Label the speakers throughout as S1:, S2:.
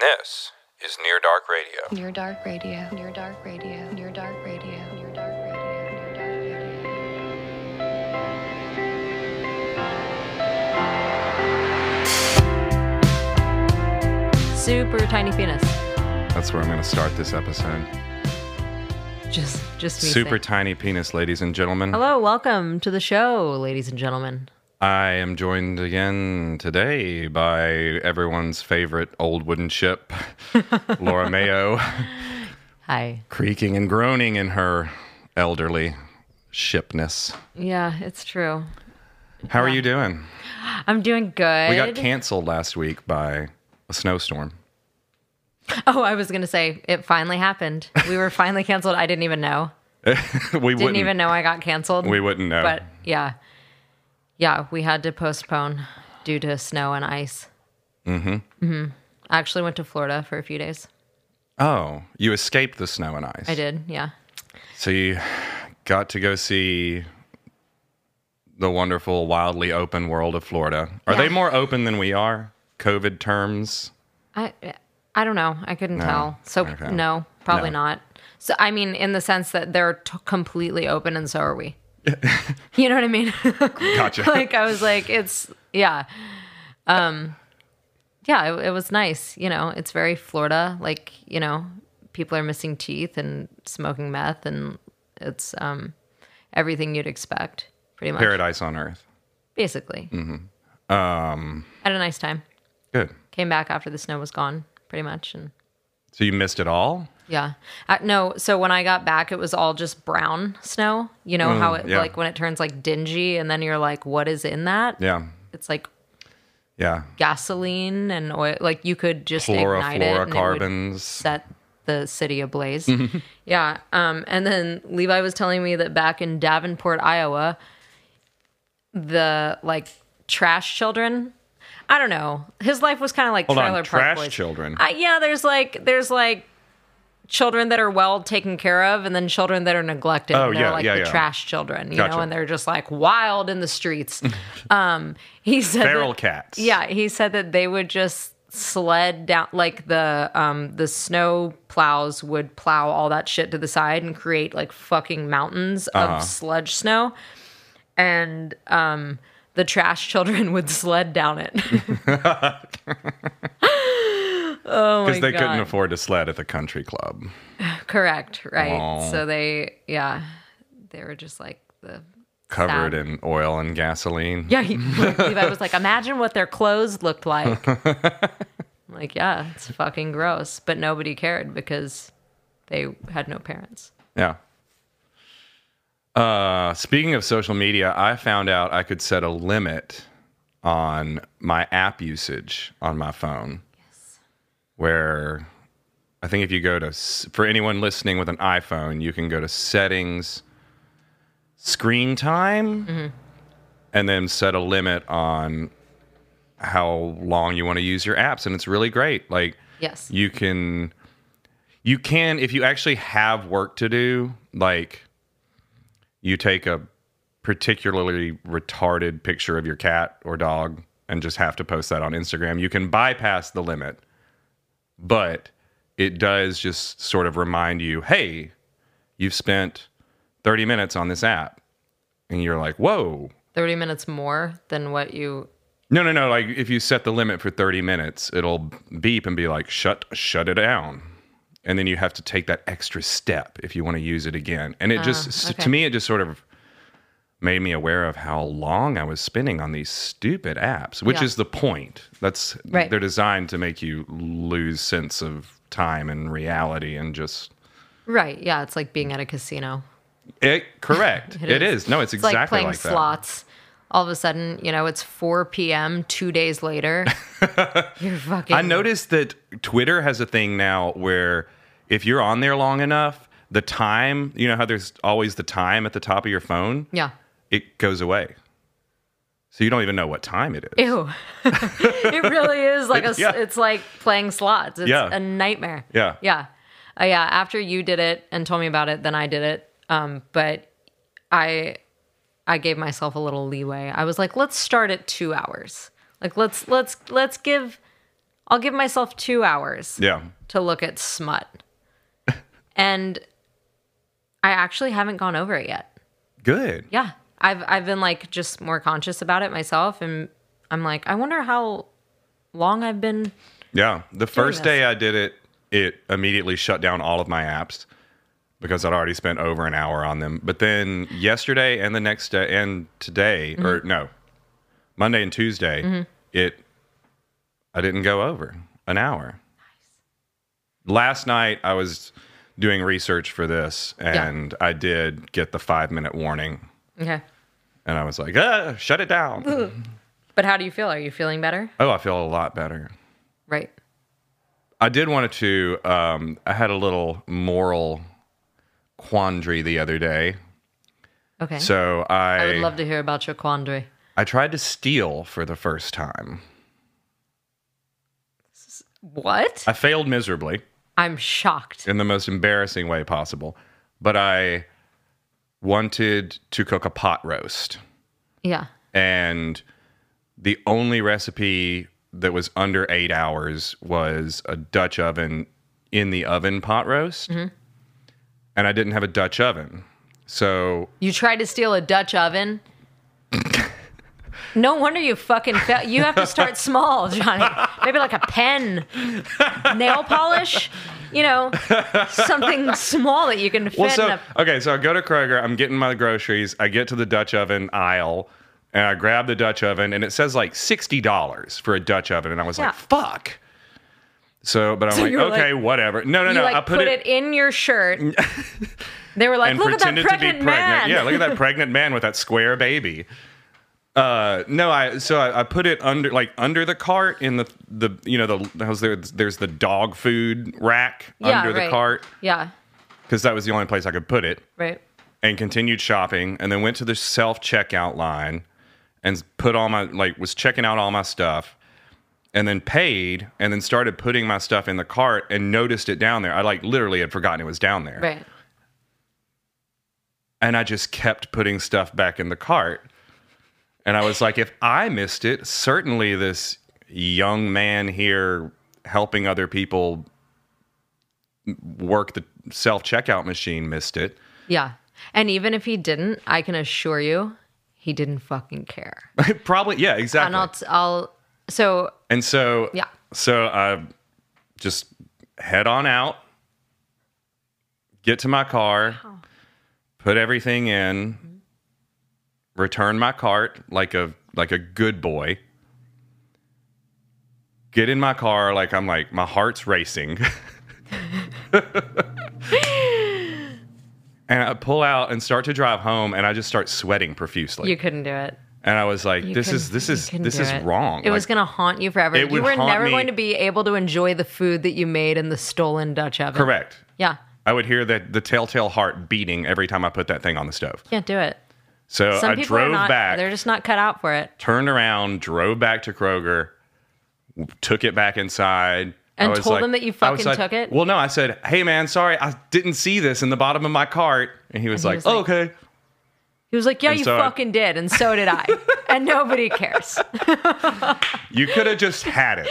S1: This is Near Dark Radio.
S2: Near Dark Radio. Near Dark Radio. Near Dark Radio. Near Dark Radio. Near Dark Radio.
S3: super tiny penis.
S4: That's where I'm going to start this episode.
S3: Just, just me.
S4: Super
S3: saying.
S4: tiny penis, ladies and gentlemen.
S3: Hello, welcome to the show, ladies and gentlemen.
S4: I am joined again today by everyone's favorite old wooden ship, Laura Mayo,
S3: Hi.
S4: creaking and groaning in her elderly shipness.
S3: Yeah, it's true.
S4: How are you doing?
S3: I'm doing good.
S4: We got canceled last week by a snowstorm.
S3: oh, I was gonna say it finally happened. We were finally canceled. I didn't even know.
S4: we
S3: Didn't
S4: wouldn't
S3: even know I got canceled.
S4: we wouldn't know.
S3: But yeah, yeah, we had to postpone due to snow and ice. Mm-hmm. Mm-hmm. I actually went to Florida for a few days.
S4: oh, you escaped the snow and ice.
S3: I did. Yeah.
S4: So you got to go see the wonderful, wildly open world of Florida. Are they
S3: Yeah.
S4: more open than we are? COVID terms.
S3: I I don't know. I couldn't tell. So
S4: Okay.
S3: no, probably
S4: No.
S3: not. So I mean, in the sense that they're t- completely open, and so are we. you know what I mean?
S4: Gotcha.
S3: like uh, I was like, it's yeah, um, yeah. It, it was nice. You know, it's very Florida. Like you know, people are missing teeth and smoking meth, and it's um, everything you'd expect, pretty much.
S4: Paradise on Earth.
S3: Basically. Mm-hmm. Um, had a nice time.
S4: Good.
S3: Came back after the snow was gone, pretty much, and.
S4: So you missed it all?
S3: Yeah. Uh, no, so when I got back, it was all just brown snow. You know how it,
S4: Mm, yeah.
S3: like, when it turns like dingy and then you're like, what is in that?
S4: Yeah.
S3: It's like
S4: Yeah.
S3: gasoline and oil. Like, you could just ignite it. and it would
S4: Chlorofluorocarbons.
S3: set the city ablaze.
S4: Mm-hmm.
S3: Yeah. Um, and then Levi was telling me that back in Davenport, Iowa, the like trash children, I don't know. His life was kind of like
S4: Hold on,
S3: trailer park
S4: trash
S3: boys.
S4: children?
S3: Uh, yeah, there's like there's like children that are well taken care of, and then children that are neglected.
S4: Oh,
S3: and they're
S4: yeah,
S3: like
S4: yeah,
S3: the
S4: yeah.
S3: trash children, you
S4: Gotcha.
S3: know, and they're just like wild in the streets. um, he said
S4: Feral
S3: that-
S4: cats.
S3: yeah, he said that they would just sled down like the um the snow plows would plow all that shit to the side and create like fucking mountains
S4: Uh-huh.
S3: of sludge snow and um the trash children would sled down it
S4: Because they couldn't
S3: Oh God.
S4: afford to sled at the country club.
S3: correct right
S4: Aw.
S3: so they yeah they were just like the
S4: Covered
S3: Sad.
S4: in oil and gasoline.
S3: yeah he, Levi was like imagine what their clothes looked like I'm like yeah it's fucking gross but nobody cared because they had no parents
S4: Yeah. Uh, speaking of social media, I found out I could set a limit on my app usage on my phone. Yes. Where I think if you go to, s- for anyone listening with an iPhone, you can go to settings, screen time, and then set a limit on how long you want to use your apps. And it's really great. Like,
S3: Yes.
S4: you can you can if you actually have work to do like you take a particularly retarded picture of your cat or dog and just have to post that on Instagram you can bypass the limit but it does just sort of remind you hey you've spent 30 minutes on this app and you're like whoa
S3: 30 minutes more than what you
S4: no, no, no. Like if you set the limit for 30 minutes, it'll beep and be like, shut, shut it down. And then you have to take that extra step if you want to use it again. And it just, s-
S3: Ah, okay.
S4: to me, it just sort of made me aware of how long I was spending on these stupid apps, which
S3: Yeah.
S4: is the point. That's,
S3: Right.
S4: they're designed to make you lose sense of time and reality and just,
S3: right yeah it's like being at a casino
S4: it, correct. it
S3: is.
S4: is. No, it's,
S3: it's
S4: exactly
S3: like playing
S4: like that.
S3: slots all of a sudden you know it's 4 p.m two days later you're fucking
S4: I noticed that Twitter has a thing now where if you're on there long enough, the time, you know how there's always the time at the top of your phone,
S3: yeah
S4: it goes away. So you don't even know what time it is.
S3: ew it really is like a s
S4: Yeah.
S3: it's like playing slots it's
S4: Yeah.
S3: a nightmare
S4: Yeah.
S3: yeah uh, yeah after you did it and told me about it then i did it um but i i gave myself a little leeway i was like let's start at two hours like let's let's let's give I'll give myself two hours
S4: Yeah.
S3: to look at smut. and I actually haven't gone over it yet.
S4: Good.
S3: Yeah. I've I've been like just more conscious about it myself and I'm like, I wonder how long I've been
S4: Yeah. The first
S3: this.
S4: day I did it, it immediately shut down all of my apps because I'd already spent over an hour on them. But then yesterday and the next day and today, or no, Monday and Tuesday, it, I didn't go over an hour. Last night I was doing research for this and I did get the five minute warning
S3: Okay.
S4: and I was like, ah, shut it down.
S3: But how do you feel? Are you feeling better?
S4: oh, I feel a lot better.
S3: Right.
S4: I did want to. Um, I had a little moral quandary the other day.
S3: Okay.
S4: So I
S3: I would love to hear about your quandary.
S4: I tried to steal for the first time.
S3: What?
S4: I failed miserably
S3: I'm shocked.
S4: in the most embarrassing way possible, but I wanted to cook a pot roast.
S3: Yeah.
S4: and the only recipe that was under eight hours was a Dutch oven in the oven pot roast,
S3: Mm-hmm.
S4: and I didn't have a Dutch oven, so
S3: You tried to steal a Dutch oven? No wonder you fucking fail. You have to start small, Johnny. Maybe like a pen, nail polish, you know, something small that you can fit
S4: well,
S3: in
S4: so
S3: a.
S4: okay, so I go to Kroger, I'm getting my groceries, I get to the Dutch oven aisle. And I grab the Dutch oven, and it says like sixty dollars for a Dutch oven, and I was
S3: Yeah.
S4: like, "Fuck!" So, but I'm like,
S3: you were
S4: "Okay,
S3: like-
S4: whatever." No, no,
S3: You
S4: no.
S3: like
S4: I put, it,
S3: in your shirt. They were like,
S4: and
S3: "Look at that
S4: pretended to be
S3: pregnant
S4: pregnant.
S3: man."
S4: Yeah, look at that pregnant man with that square baby. Uh, no, I so I, I put it under like under the cart in the the you know the how's there there's the dog food rack
S3: Yeah,
S4: under the
S3: right.
S4: cart
S3: Yeah,
S4: because that was the only place I could put it
S3: right.
S4: and continued shopping and then went to the self checkout line and put all my like was checking out all my stuff and then paid and then started putting my stuff in the cart and noticed it down there. I like literally had forgotten it was down there
S3: Right.
S4: and I just kept putting stuff back in the cart. And I was like, if I missed it, certainly this young man here helping other people work the self checkout machine missed it.
S3: Yeah. And even if he didn't, I can assure you, he didn't fucking care.
S4: Probably, yeah, exactly.
S3: And I'll,
S4: And,
S3: t- I'll. So
S4: so,
S3: Yeah.
S4: so I just head on out, get to my car, put everything in, return my cart like a like a good boy. Get in my car like I'm like my heart's racing. and I pull out and start to drive home and I just start sweating profusely.
S3: you couldn't do it.
S4: and I was like
S3: You
S4: this
S3: couldn't-
S4: is this
S3: you
S4: is
S3: couldn't
S4: this
S3: do
S4: is
S3: it.
S4: wrong.
S3: It was
S4: Like,
S3: going to haunt you forever.
S4: It
S3: you
S4: would
S3: were
S4: haunt
S3: never
S4: me.
S3: going to be able to enjoy the food that you made in the stolen Dutch oven.
S4: correct.
S3: Yeah.
S4: I would hear that the telltale heart beating every time I put that thing on the stove.
S3: Can't do it.
S4: So
S3: Some
S4: Uh, I
S3: people
S4: drove
S3: are not,
S4: back.
S3: They're just not cut out for it.
S4: turned around, drove back to Kroger, w- took it back inside.
S3: And
S4: I was
S3: told
S4: like-
S3: them that you
S4: I was
S3: fucking
S4: like-
S3: took it?
S4: Well, no, I said, "Hey, man, sorry, I didn't see this in the bottom of my cart." And he was
S3: And
S4: like,
S3: he was like-
S4: "Oh, "Okay."
S3: He was like, "Yeah,
S4: And
S3: you
S4: so I-
S3: fucking did," and so did I, and nobody cares.
S4: You could have just had it.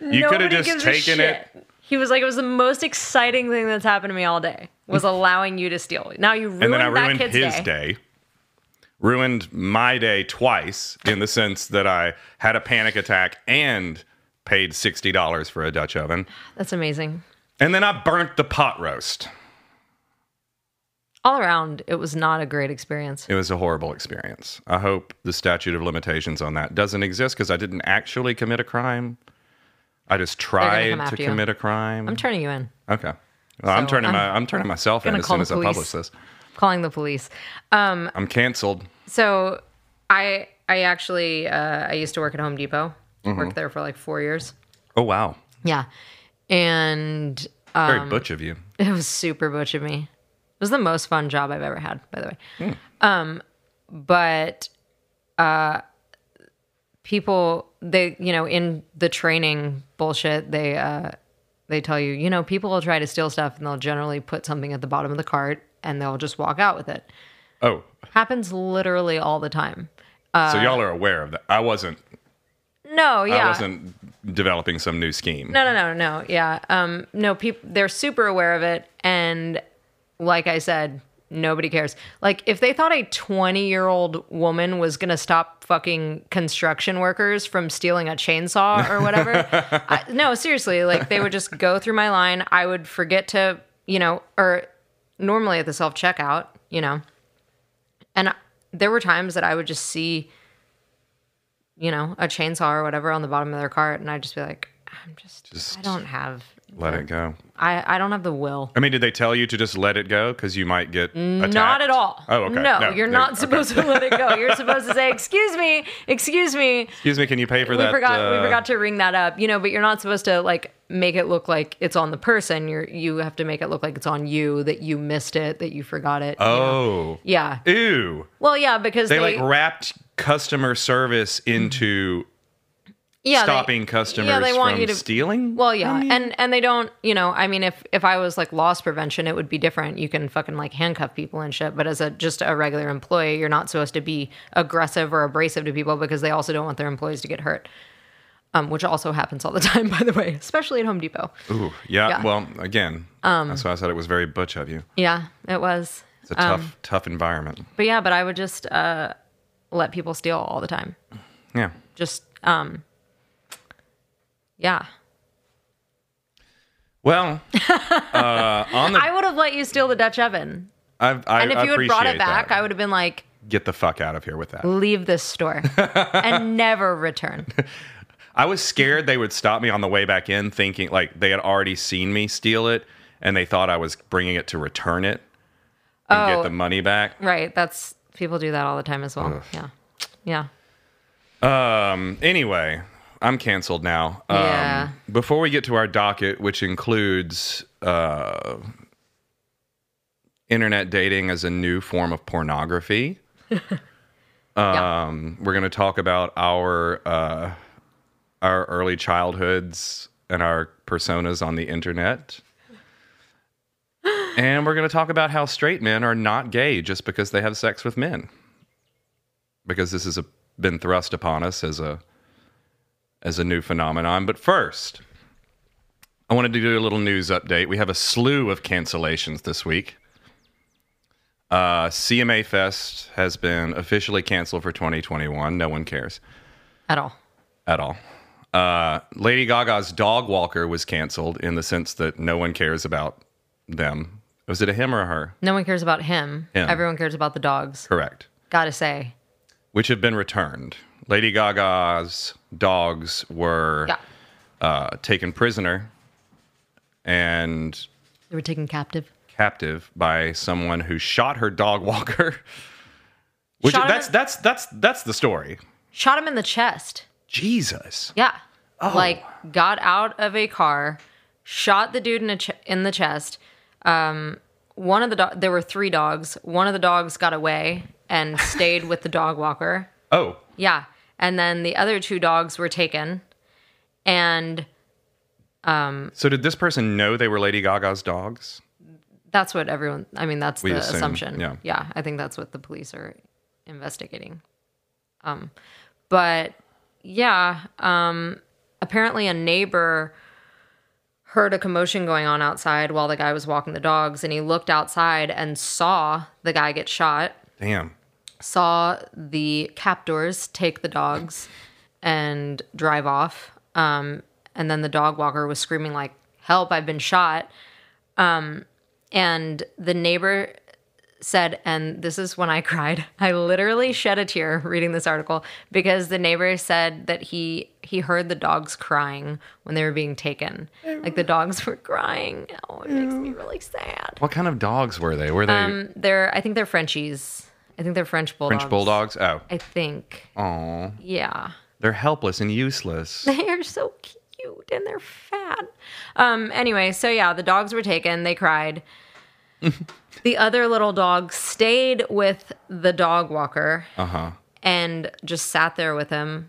S4: You could
S3: nobody
S4: have just
S3: gives
S4: taken
S3: a
S4: it.
S3: shit. He was like, "It was the most exciting thing that's happened to me all day was allowing you to steal." Now you ruined,
S4: And then I
S3: that
S4: ruined
S3: kid's
S4: his
S3: day.
S4: day. Ruined my day twice in the sense that I had a panic attack and paid $60 for a Dutch oven.
S3: That's amazing.
S4: And then I burnt the pot roast.
S3: All around, it was not a great experience.
S4: It was a horrible experience. I hope the statute of limitations on that doesn't exist because I didn't actually commit a crime. I just
S3: come
S4: tried to
S3: after you.
S4: commit a crime.
S3: I'm turning you in.
S4: okay. Well, I'm
S3: So
S4: turning
S3: I'm
S4: my I'm turning myself in
S3: gonna
S4: as
S3: call
S4: soon
S3: the
S4: as I
S3: police.
S4: publish this.
S3: Calling the police.
S4: I'm canceled.
S3: So I I actually uh, I used to work at Home Depot. Worked there for like four years.
S4: Oh wow.
S3: Yeah, and
S4: Very
S3: Um,
S4: butch of you.
S3: It was super butch of me. It was the most fun job I've ever had, by the way. Um, but uh, people, they, you know, in the training bullshit, they uh, they tell you, you know, people will try to steal stuff, and they'll generally put something at the bottom of the cart, and they'll just walk out with it.
S4: Oh.
S3: Happens literally all the time.
S4: so y'all are aware of that. I wasn't
S3: No, yeah.
S4: I wasn't developing some new scheme.
S3: No, no, no, no. Yeah. Um, no, people, they're super aware of it. And like I said, nobody cares. Like, if they thought a 20 year old woman was going to stop fucking construction workers from stealing a chainsaw or whatever, I, no, seriously, like they would just go through my line. I would forget to, you know, or normally at the self checkout, you know, and there were times that I would just see, you know, a chainsaw or whatever on the bottom of their cart, and I'd just be like, I'm just, I don't have,
S4: Let it go.
S3: I, I don't have the will.
S4: I mean, did they tell you to just let it go because you might get attacked?
S3: Not at all.
S4: Oh, okay.
S3: No,
S4: No,
S3: you're
S4: they-
S3: not
S4: okay.
S3: supposed to let it go. You're supposed to say, "Excuse me, excuse me."
S4: Excuse me, can you pay for
S3: We
S4: that?
S3: forgot
S4: uh,
S3: we forgot to ring that up, you know. But you're not supposed to like make it look like it's on the person. You're you have to make it look like it's on you that you missed it, that you forgot it. you know?
S4: Oh.
S3: yeah.
S4: Ew.
S3: Well, yeah, because
S4: They,
S3: they,
S4: like wrapped customer service into
S3: yeah, they-
S4: stopping customers
S3: Yeah, they want
S4: from
S3: you to
S4: stealing.
S3: Well, yeah, and and they don't, you know, I mean, if if I was like loss prevention, it would be different. You can fucking like handcuff people and shit. But as a just a regular employee, you're not supposed to be aggressive or abrasive to people because they also don't want their employees to get hurt, um, which also happens all the time, by the way, especially at Home Depot.
S4: Ooh, yeah,
S3: yeah. Um,
S4: Well, again, that's why I said it was very butch of you.
S3: Yeah, it was.
S4: It's a
S3: um,
S4: tough, tough environment.
S3: But yeah, but I would just uh, let people steal all the time.
S4: Yeah.
S3: Just um, yeah,
S4: Well, uh, on the,
S3: I would have let you steal the Dutch oven,
S4: I, have I,
S3: and if
S4: I
S3: you had brought it
S4: appreciate
S3: back,
S4: that.
S3: I would have been like.
S4: get the fuck out of here with that.
S3: leave this store and never return.
S4: I was scared they would stop me on the way back in, thinking like they had already seen me steal it, and they thought I was bringing it to return it and
S3: Oh.
S4: get the money back.
S3: Right. That's people do that all the time as well. Yeah. Yeah.
S4: Um, Anyway, I'm canceled now. Um,
S3: Yeah.
S4: Before we get to our docket, which includes uh, internet dating as a new form of pornography,
S3: Yeah.
S4: um, we're going to talk about our uh, our early childhoods and our personas on the internet. And we're going to talk about how straight men are not gay just because they have sex with men. Because this has a, been thrust upon us as a as a new phenomenon. But first, I wanted to do a little news update. We have a slew of cancellations this week. Uh, CMA Fest has been officially canceled for 2021. No one cares
S3: At all.
S4: at all. Uh, Lady Gaga's Dog Walker was canceled in the sense that no one cares about them. Was it a him or a her?
S3: No one cares about him.
S4: Him.
S3: Everyone cares about the dogs.
S4: Correct.
S3: Gotta say.
S4: Which have been returned. Lady Gaga's dogs were
S3: Yeah.
S4: uh, taken prisoner and
S3: They were taken captive.
S4: captive by someone who shot her dog walker. Which
S3: Shot him
S4: that's
S3: in-
S4: that's that's that's the story.
S3: Shot him in the chest.
S4: Jesus.
S3: Yeah. Like got out of a car, shot the dude in a ch- in the chest. Um, one of the do- there were three dogs. One of the dogs got away and stayed with the dog walker.
S4: Oh,
S3: Yeah. And then the other two dogs were taken. And
S4: so did this person know they were Lady Gaga's dogs?
S3: that's what everyone, I mean, that's
S4: We
S3: the
S4: assume,
S3: assumption.
S4: yeah.
S3: Yeah. I think that's what the police are investigating. Um, but yeah. Um, apparently a neighbor heard a commotion going on outside while the guy was walking the dogs and he looked outside and saw the guy get shot
S4: Damn.
S3: saw the captors take the dogs and drive off. Um, and then the dog walker was screaming like, "Help! I've been shot!" Um, and the neighbor said, and this is when I cried. I literally shed a tear reading this article because the neighbor said that he he heard the dogs crying when they were being taken. Like the dogs were crying. Oh, it makes me really sad.
S4: What kind of dogs were they? Were they
S3: Um, They're I think they're Frenchies. I think they're French bulldogs.
S4: French bulldogs? Oh.
S3: I think.
S4: Aw.
S3: Yeah.
S4: They're helpless and useless.
S3: They're so cute and they're fat. Um anyway, so yeah, the dogs were taken, they cried. the other little dog stayed with the dog walker
S4: Uh-huh.
S3: and just sat there with him.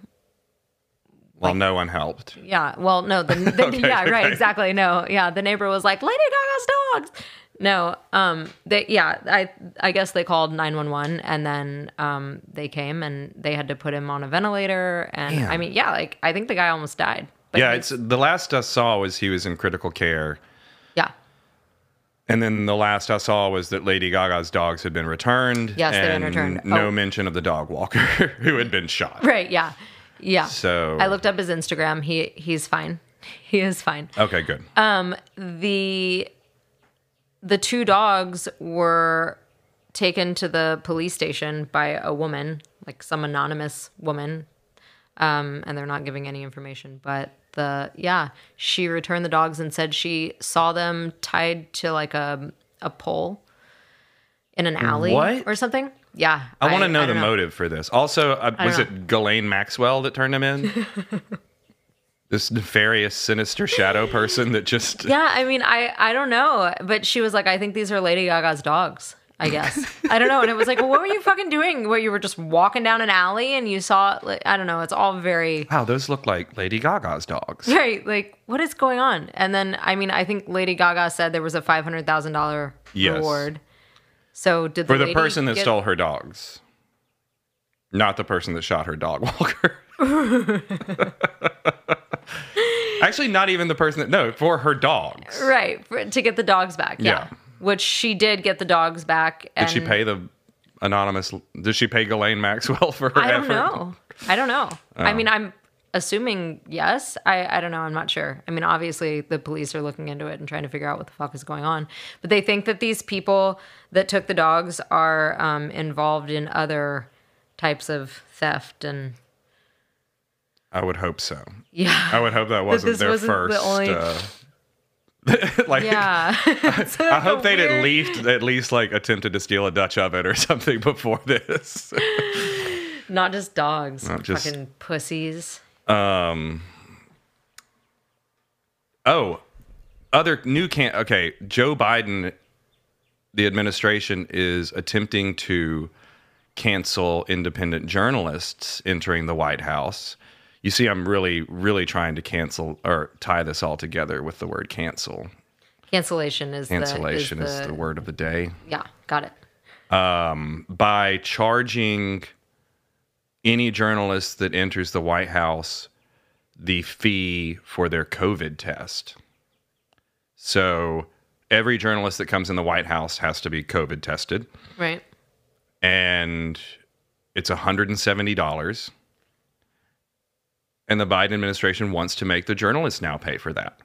S4: Well, no one helped.
S3: Yeah. Well, no, the, the yeah, right, exactly. No. Yeah, the neighbor was like, "Lady Gaga's dogs." No, um, they yeah, I I guess they called nine one one and then um they came and they had to put him on a ventilator and
S4: Damn.
S3: I mean yeah, like I think the guy almost died. But
S4: yeah,
S3: he-
S4: it's the last I saw was he was in critical care.
S3: yeah,
S4: And then the last I saw was that Lady Gaga's dogs had been returned.
S3: Yes, they've been
S4: and
S3: returned.
S4: No
S3: Oh.
S4: mention of the dog walker who had been shot.
S3: right, yeah, yeah.
S4: So-
S3: I looked up his Instagram. He he's fine. He is fine.
S4: Okay, good.
S3: the the two dogs were taken to the police station by a woman, like some anonymous woman, um, and they're not giving any information. But the yeah, she returned the dogs and said she saw them tied to like a a pole in an alley
S4: What?
S3: or something. Yeah,
S4: I want to know
S3: I
S4: the
S3: don't
S4: motive for this. Also, uh, was
S3: don't
S4: it Ghislaine Maxwell that turned him in? this nefarious, sinister shadow person that just.
S3: Yeah, I mean, I I don't know, but she was like, I think these are Lady Gaga's dogs. I guess I don't know, and it was like, well, what were you fucking doing? Where you were just walking down an alley and you saw, like, I don't know, it's all very,
S4: Wow, those look like Lady Gaga's dogs.
S3: very like, what is going on? And then, I mean, I think Lady Gaga said there was a five hundred thousand dollar
S4: Yes.
S3: reward. So did the
S4: For the
S3: lady
S4: person that
S3: get-
S4: stole her dogs, not the person that shot her dog walker. Actually, not even the person that. No, for her dogs.
S3: right for, to get the dogs back? Yeah.
S4: Yeah.
S3: which she did get the dogs back. And
S4: Did she pay the anonymous? Did she pay Ghislaine Maxwell for her
S3: I don't
S4: effort?
S3: know. I don't know.
S4: Oh.
S3: I mean, I'm assuming yes. I, I don't know. I'm not sure. I mean, obviously, the police are looking into it and trying to figure out what the fuck is going on. But they think that these people that took the dogs are um, involved in other types of theft and
S4: I would hope so.
S3: yeah.
S4: I would hope that wasn't
S3: this
S4: their
S3: wasn't the
S4: first.
S3: only-
S4: uh, like,
S3: Yeah.
S4: I hope they'd
S3: weird-
S4: at least at least like attempted to steal a Dutch oven or something before this.
S3: Not just dogs.
S4: Not just-
S3: Fucking pussies.
S4: Oh, other new can okay. Joe Biden, the administration is attempting to cancel independent journalists entering the White House. You see, I'm really, really trying to cancel or tie this all together with the word cancel.
S3: Cancellation is
S4: Cancellation
S3: the,
S4: is the word of the day.
S3: Yeah. Got it.
S4: by charging any journalist that enters the White House the fee for their COVID test. So every journalist that comes in the White House has to be COVID tested,
S3: Right.
S4: and it's $170. And the Biden administration wants to make the journalists now pay for that.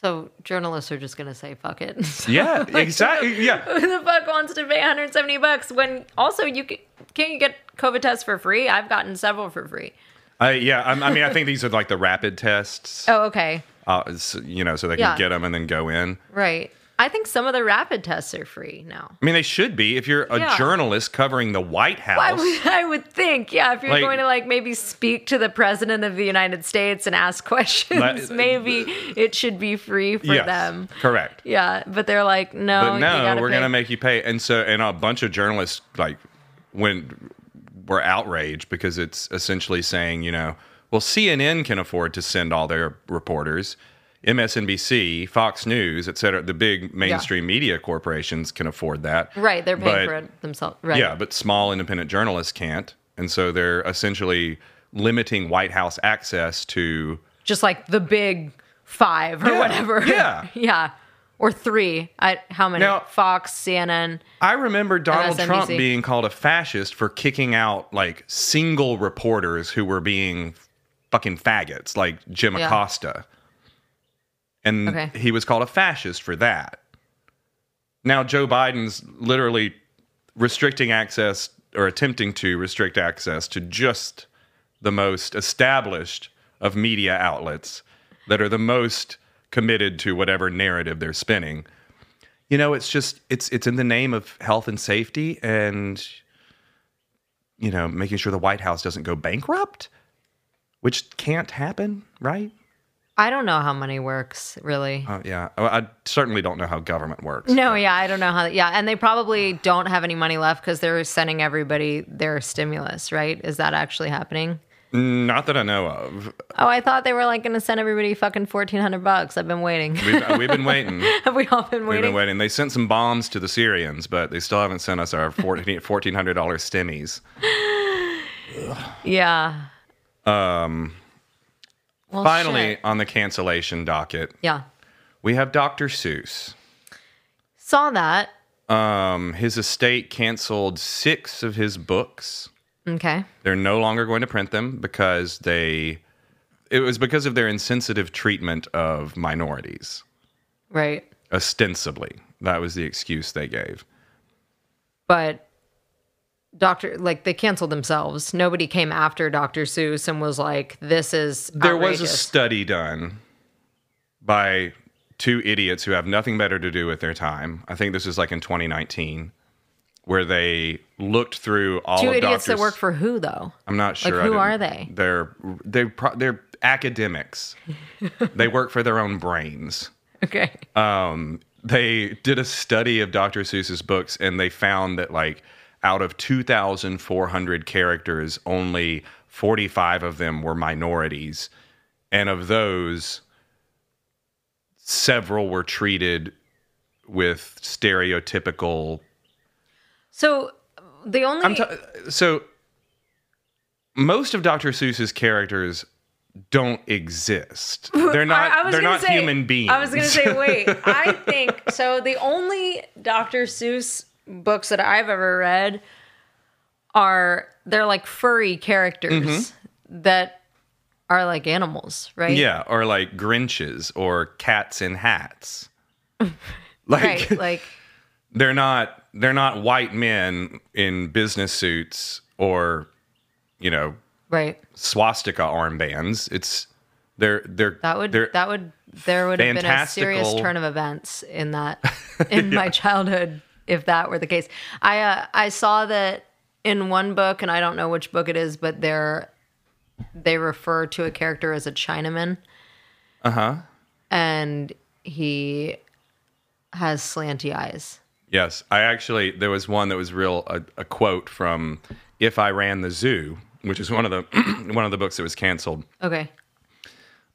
S3: So journalists are just going to say fuck it.
S4: Yeah, exactly. Yeah.
S3: who the fuck wants to pay 170 bucks when also you can, can't you get COVID tests for free? I've gotten several for free.
S4: I, yeah. I, I mean, I think these are like the rapid tests,
S3: Oh, okay,
S4: uh, s- you know, so they
S3: Yeah.
S4: can get them and then go in.
S3: right. I think some of the rapid tests are free now.
S4: I mean, they should be if you're a
S3: Yeah.
S4: journalist covering the White House.
S3: I would, I would think, yeah, if you're
S4: Like-
S3: going to like maybe speak to the president of the United States and ask questions,
S4: Like-
S3: maybe it should be free for
S4: uh, Yes,
S3: them.
S4: correct.
S3: Yeah, but they're like, no,
S4: But
S3: you
S4: no,
S3: gotta
S4: we're
S3: pay.
S4: gonna make you pay. And so, and a bunch of journalists like when were outraged because it's essentially saying, you know, well, CNN can afford to send all their reporters. MSNBC, Fox News, et cetera, the big mainstream media corporations can afford that.
S3: right. They're
S4: But-
S3: paying for it themselves. Right.
S4: Yeah, but small independent journalists can't. And so they're essentially limiting White House access to
S3: just like the big five or
S4: Yeah,
S3: whatever.
S4: yeah.
S3: yeah. Or three. I, how many?
S4: Now-
S3: Fox, CNN.
S4: I remember Donald
S3: MSNBC.
S4: Trump being called a fascist for kicking out like single reporters who were being fucking faggots, like Jim
S3: Yeah.
S4: Acosta. And
S3: Okay.
S4: he was called a fascist for that. Now Joe Biden's literally restricting access or attempting to restrict access to just the most established of media outlets that are the most committed to whatever narrative they're spinning. You know, it's just it's it's in the name of health and safety and you know, making sure the White House doesn't go bankrupt, which can't happen, right?
S3: I don't know how money works really.
S4: Uh, yeah, I, I certainly don't know how government works.
S3: no, yeah, I don't know how. Yeah, and they probably don't have any money left because they're sending everybody their stimulus, right? Is that actually happening?
S4: Not that I know of.
S3: Oh, I thought they were like going to send everybody fucking fourteen hundred bucks. I've been waiting.
S4: We've, uh, we've been waiting.
S3: Have we all been
S4: We've
S3: waiting?
S4: been waiting. They sent some bombs to the Syrians, but they still haven't sent us our 14 $1,400 stimmies.
S3: Yeah. Um. Well,
S4: Finally,
S3: shit.
S4: on the cancellation docket,
S3: yeah.
S4: we have Dr. Seuss.
S3: Saw that.
S4: Um, his estate canceled six of his books.
S3: Okay.
S4: They're no longer going to print them because they. It was because of their insensitive treatment of minorities,
S3: Right.
S4: ostensibly. That was the excuse they gave.
S3: But Doctor, like they canceled themselves. Nobody came after Doctor Seuss and was like, "This is
S4: There was a
S3: outrageous.
S4: study done by two idiots who have nothing better to do with their time. I think this was like in 2019, where they looked through all
S3: two
S4: of
S3: idiots
S4: doctors.
S3: that work for who though."
S4: I'm not sure. I
S3: who
S4: didn't-
S3: are they?
S4: They're they pro- they're academics. they work for their own brains.
S3: Okay.
S4: Uh, They did a study of Dr. Seuss's books, and they found that like out of 2,400 characters, only 45 of them were minorities, and of those, several were treated with stereotypical
S3: so the only
S4: I'm t- so most of Dr. Seuss's characters don't exist. They're not.
S3: I- I
S4: uh,
S3: was
S4: they're
S3: gonna
S4: not
S3: say-
S4: human beings.
S3: I was going to say, wait, I think so. The only Dr. Seuss books that I've ever read are they're like furry characters that are like animals, right?
S4: Mm-hmm. yeah, or like Grinches or cats in hats. Like
S3: Right. Like,
S4: they're not. They're not white men in business suits or, you know,
S3: right.
S4: swastika armbands. It's they're they're
S3: That would,
S4: they're,
S3: that would, there would have been a serious
S4: fantastical-
S3: turn of events in that, in my childhood, if that were the case. I, uh, I saw that in one book, and I don't know which book it is, but they're, they refer to a character as a Chinaman.
S4: uh huh.
S3: and he has slanty eyes.
S4: Yes, I actually there was one that was real a, a quote from "If I Ran the Zoo," which is one of the one of the books that was canceled.
S3: Okay.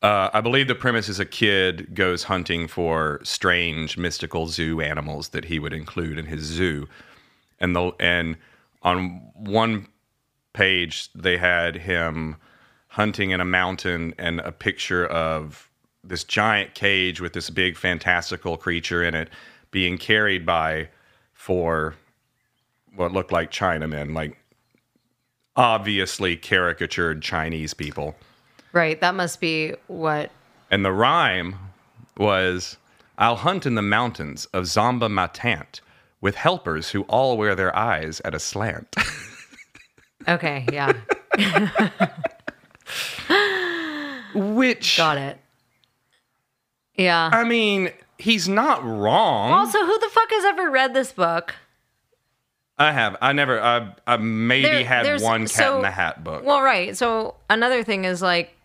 S4: Uh, I believe the premise is a kid goes hunting for strange mystical zoo animals that he would include in his zoo, and the and on one page they had him hunting in a mountain and a picture of this giant cage with this big fantastical creature in it being carried by four what looked like Chinamen, like obviously caricatured Chinese people.
S3: Right. That must be what.
S4: And the rhyme was I'll hunt in the mountains of Zomba Matant with helpers who all wear their eyes at a slant.
S3: Okay. Yeah.
S4: Which,
S3: Got it. Yeah.
S4: I mean, he's not wrong.
S3: Also, who the fuck has ever read this book?
S4: I have. I never, I, I maybe
S3: There-
S4: had
S3: there's-
S4: one Cat
S3: so-
S4: in the Hat book.
S3: Well, right. So another thing is like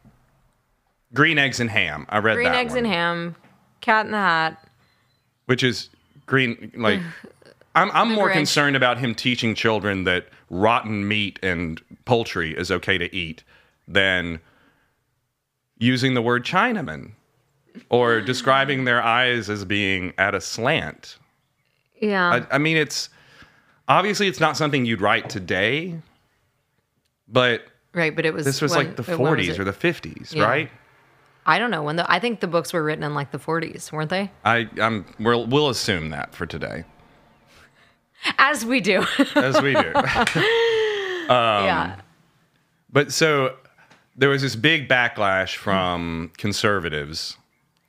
S4: Green Eggs and Ham. I read
S3: green
S4: that.
S3: eggs
S4: one,
S3: and ham, cat in the hat.
S4: Which is green, like. I'm, I'm more
S3: Grinch.
S4: concerned about him teaching children that rotten meat and poultry is okay to eat than using the word Chinaman or describing their eyes as being at a slant.
S3: Yeah.
S4: I, I mean, it's obviously it's not something you'd write today, but
S3: right. But it was
S4: this was
S3: when-
S4: like the
S3: when was
S4: 40s
S3: it?
S4: or the 50s,
S3: Yeah.
S4: right?
S3: I don't know when the. I think the books were written in like the 40s, weren't they?
S4: I, I'm we'll, we'll assume that for today,
S3: As we do.
S4: as we do. Um,
S3: yeah.
S4: But so there was this big backlash from conservatives.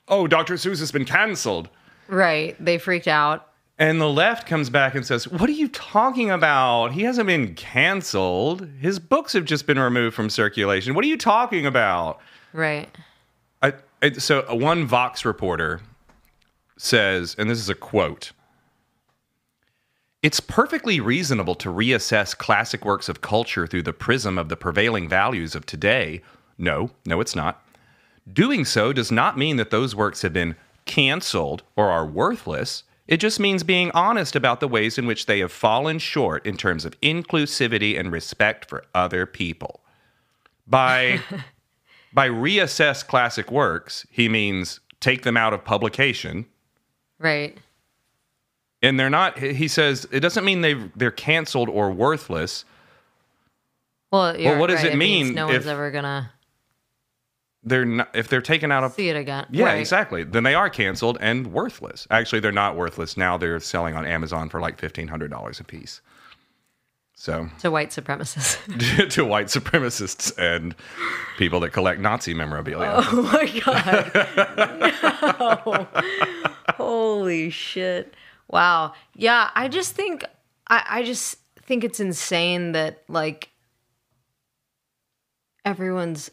S4: Oh, Dr. Seuss has been canceled.
S3: Right. They freaked out.
S4: And the left comes back and says, What are you talking about? He hasn't been canceled. His books have just been removed from circulation. What are you talking about?
S3: Right.
S4: I, I, so one Vox reporter says, and this is a quote. It's perfectly reasonable to reassess classic works of culture through the prism of the prevailing values of today. No, no, it's not. Doing so does not mean that those works have been canceled or are worthless. It just means being honest about the ways in which they have fallen short in terms of inclusivity and respect for other people. By by reassess classic works, he means take them out of publication.
S3: Right.
S4: And they're not he he says it doesn't mean they they're canceled or worthless.
S3: Well, you're
S4: what does
S3: right.
S4: it
S3: means
S4: mean
S3: No
S4: if-
S3: one's ever gonna
S4: They're not if they're taken out of
S3: see it again.
S4: Yeah,
S3: Right.
S4: exactly. Then they are canceled and worthless. Actually, they're not worthless now. They're selling on Amazon for like fifteen hundred dollars a piece. So
S3: To white supremacists.
S4: to white supremacists and people that collect Nazi memorabilia.
S3: oh my god. no. Holy shit. Wow. Yeah, I just think I, I just think it's insane that like everyone's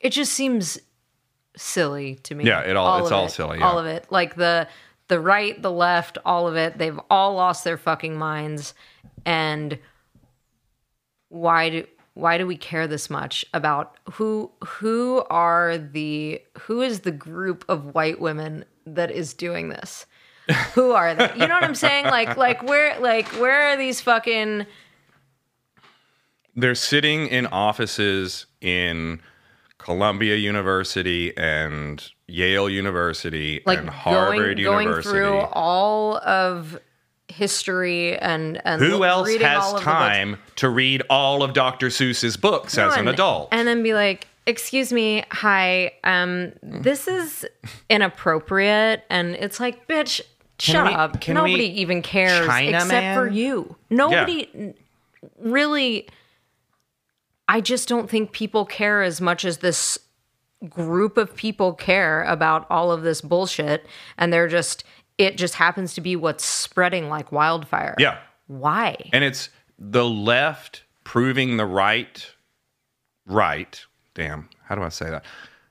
S3: it just seems silly to me.
S4: Yeah, it all- it's
S3: of
S4: all
S3: it.
S4: silly,
S3: All
S4: yeah.
S3: of it. Like the the right, the left, all of it. They've all lost their fucking minds and why do why do we care this much about who who are the who is the group of white women that is doing this? Who are they? You know what I'm saying? Like like where like where are these fucking
S4: They're sitting in offices in Columbia University and Yale University
S3: like
S4: and Harvard
S3: going, going
S4: University.
S3: through all of history and and
S4: Who
S3: l-
S4: else
S3: reading all
S4: has
S3: of the books.
S4: time to read all of Dr. Seuss's books as an
S3: on
S4: adult?
S3: and then be like excuse me hi um this is inappropriate and it's like bitch shut
S4: we-
S3: up
S4: can
S3: nobody
S4: we-
S3: even cares
S4: China
S3: except
S4: man?
S3: for you nobody n- really i just don't think people care as much as this group of people care about all of this bullshit and they're just it just happens to be what's spreading like wildfire
S4: yeah.
S3: why
S4: And it's the left proving the right right. Damn, how do I say that?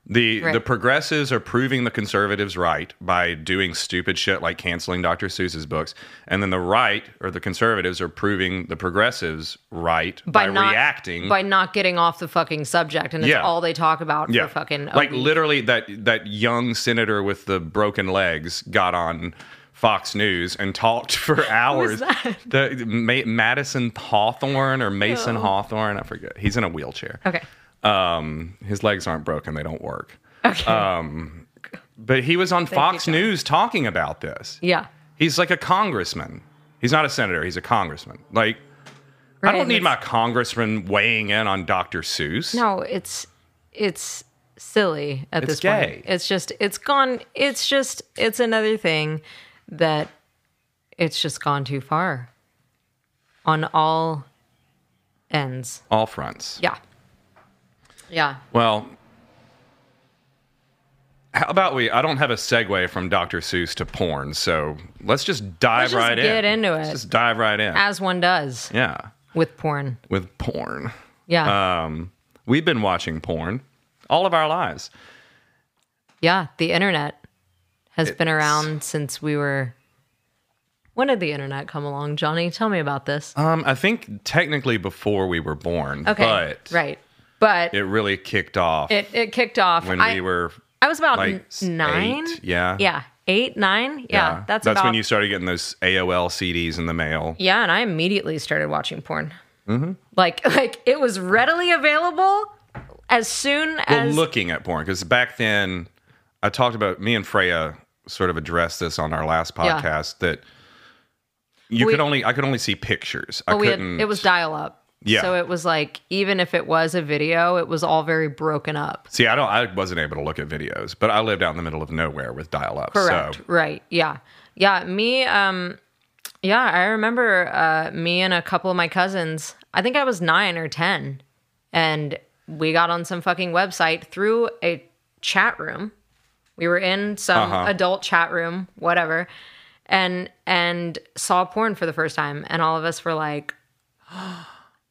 S4: The
S3: Right.
S4: the progressives are proving the conservatives right by doing stupid shit like canceling Dr. Seuss's books, and then the right or the conservatives are proving the progressives right by, reacting
S3: by not getting off the fucking subject, and it's
S4: Yeah.
S3: all they talk about for fucking a
S4: like
S3: week.
S4: literally that that young senator with the broken legs got on Fox News and talked for hours.
S3: that?
S4: The Ma- Madison Hawthorne or Mason Hawthorne, I forget. He's in a wheelchair.
S3: Oh. okay,
S4: Um, his legs aren't broken; they don't work. Um,
S3: okay,
S4: But he was on Fox News talking about this.
S3: yeah.
S4: He's like a congressman. He's not a senator. He's a congressman. Like I
S3: Right,
S4: don't need
S3: it's-
S4: my congressman weighing in on Dr. Seuss.
S3: No, it's it's silly at
S4: It's
S3: this
S4: gay.
S3: point. It's just it's gone. It's just it's another thing that it's just gone too far on all ends.
S4: All fronts.
S3: Yeah, yeah.
S4: Well, how about we? I don't have a segue from Dr. Seuss to porn, so let's just dive
S3: Let's just
S4: right in.
S3: get into
S4: Let's
S3: it.
S4: just dive right in.
S3: As one does
S4: yeah,
S3: with porn.
S4: with porn.
S3: Yeah,
S4: Um, we've been watching porn all of our lives.
S3: yeah. The internet has been around since we were. When did the internet come along, Johnny? Tell me about this.
S4: Um, I think technically before we were born,
S3: Okay.
S4: but
S3: right. But
S4: it
S3: it,
S4: really kicked off
S3: it, kicked off
S4: when
S3: I,
S4: we were
S3: I was about
S4: like
S3: n- nine.
S4: eight. Yeah.
S3: Yeah. Eight, nine. Yeah. That's,
S4: that's
S3: about,
S4: when you started getting those AOL CDs in the mail.
S3: Yeah. And I immediately started watching porn. Mm-hmm. Like, like it was readily available as soon
S4: well,
S3: as.
S4: looking at porn because back then i talked about me and freya sort of addressed this on our last
S3: Yeah.
S4: podcast that you
S3: We-
S4: could only i could only see pictures i
S3: we had,
S4: couldn't
S3: it was dial up.
S4: Yeah.
S3: So it was like, even if it was a video, it was all very broken up.
S4: see i don't i wasn't able to look at videos but i lived out in the middle of nowhere with dial-up
S3: Correct.
S4: so
S3: Right. Yeah. Yeah. Me, um, yeah, I remember uh, me and a couple of my cousins, I think I was nine or 10, and we got on some fucking website through a chat room. We were in some
S4: Uh-huh.
S3: adult chat room, whatever, and and saw porn for the first time. And all of us were like,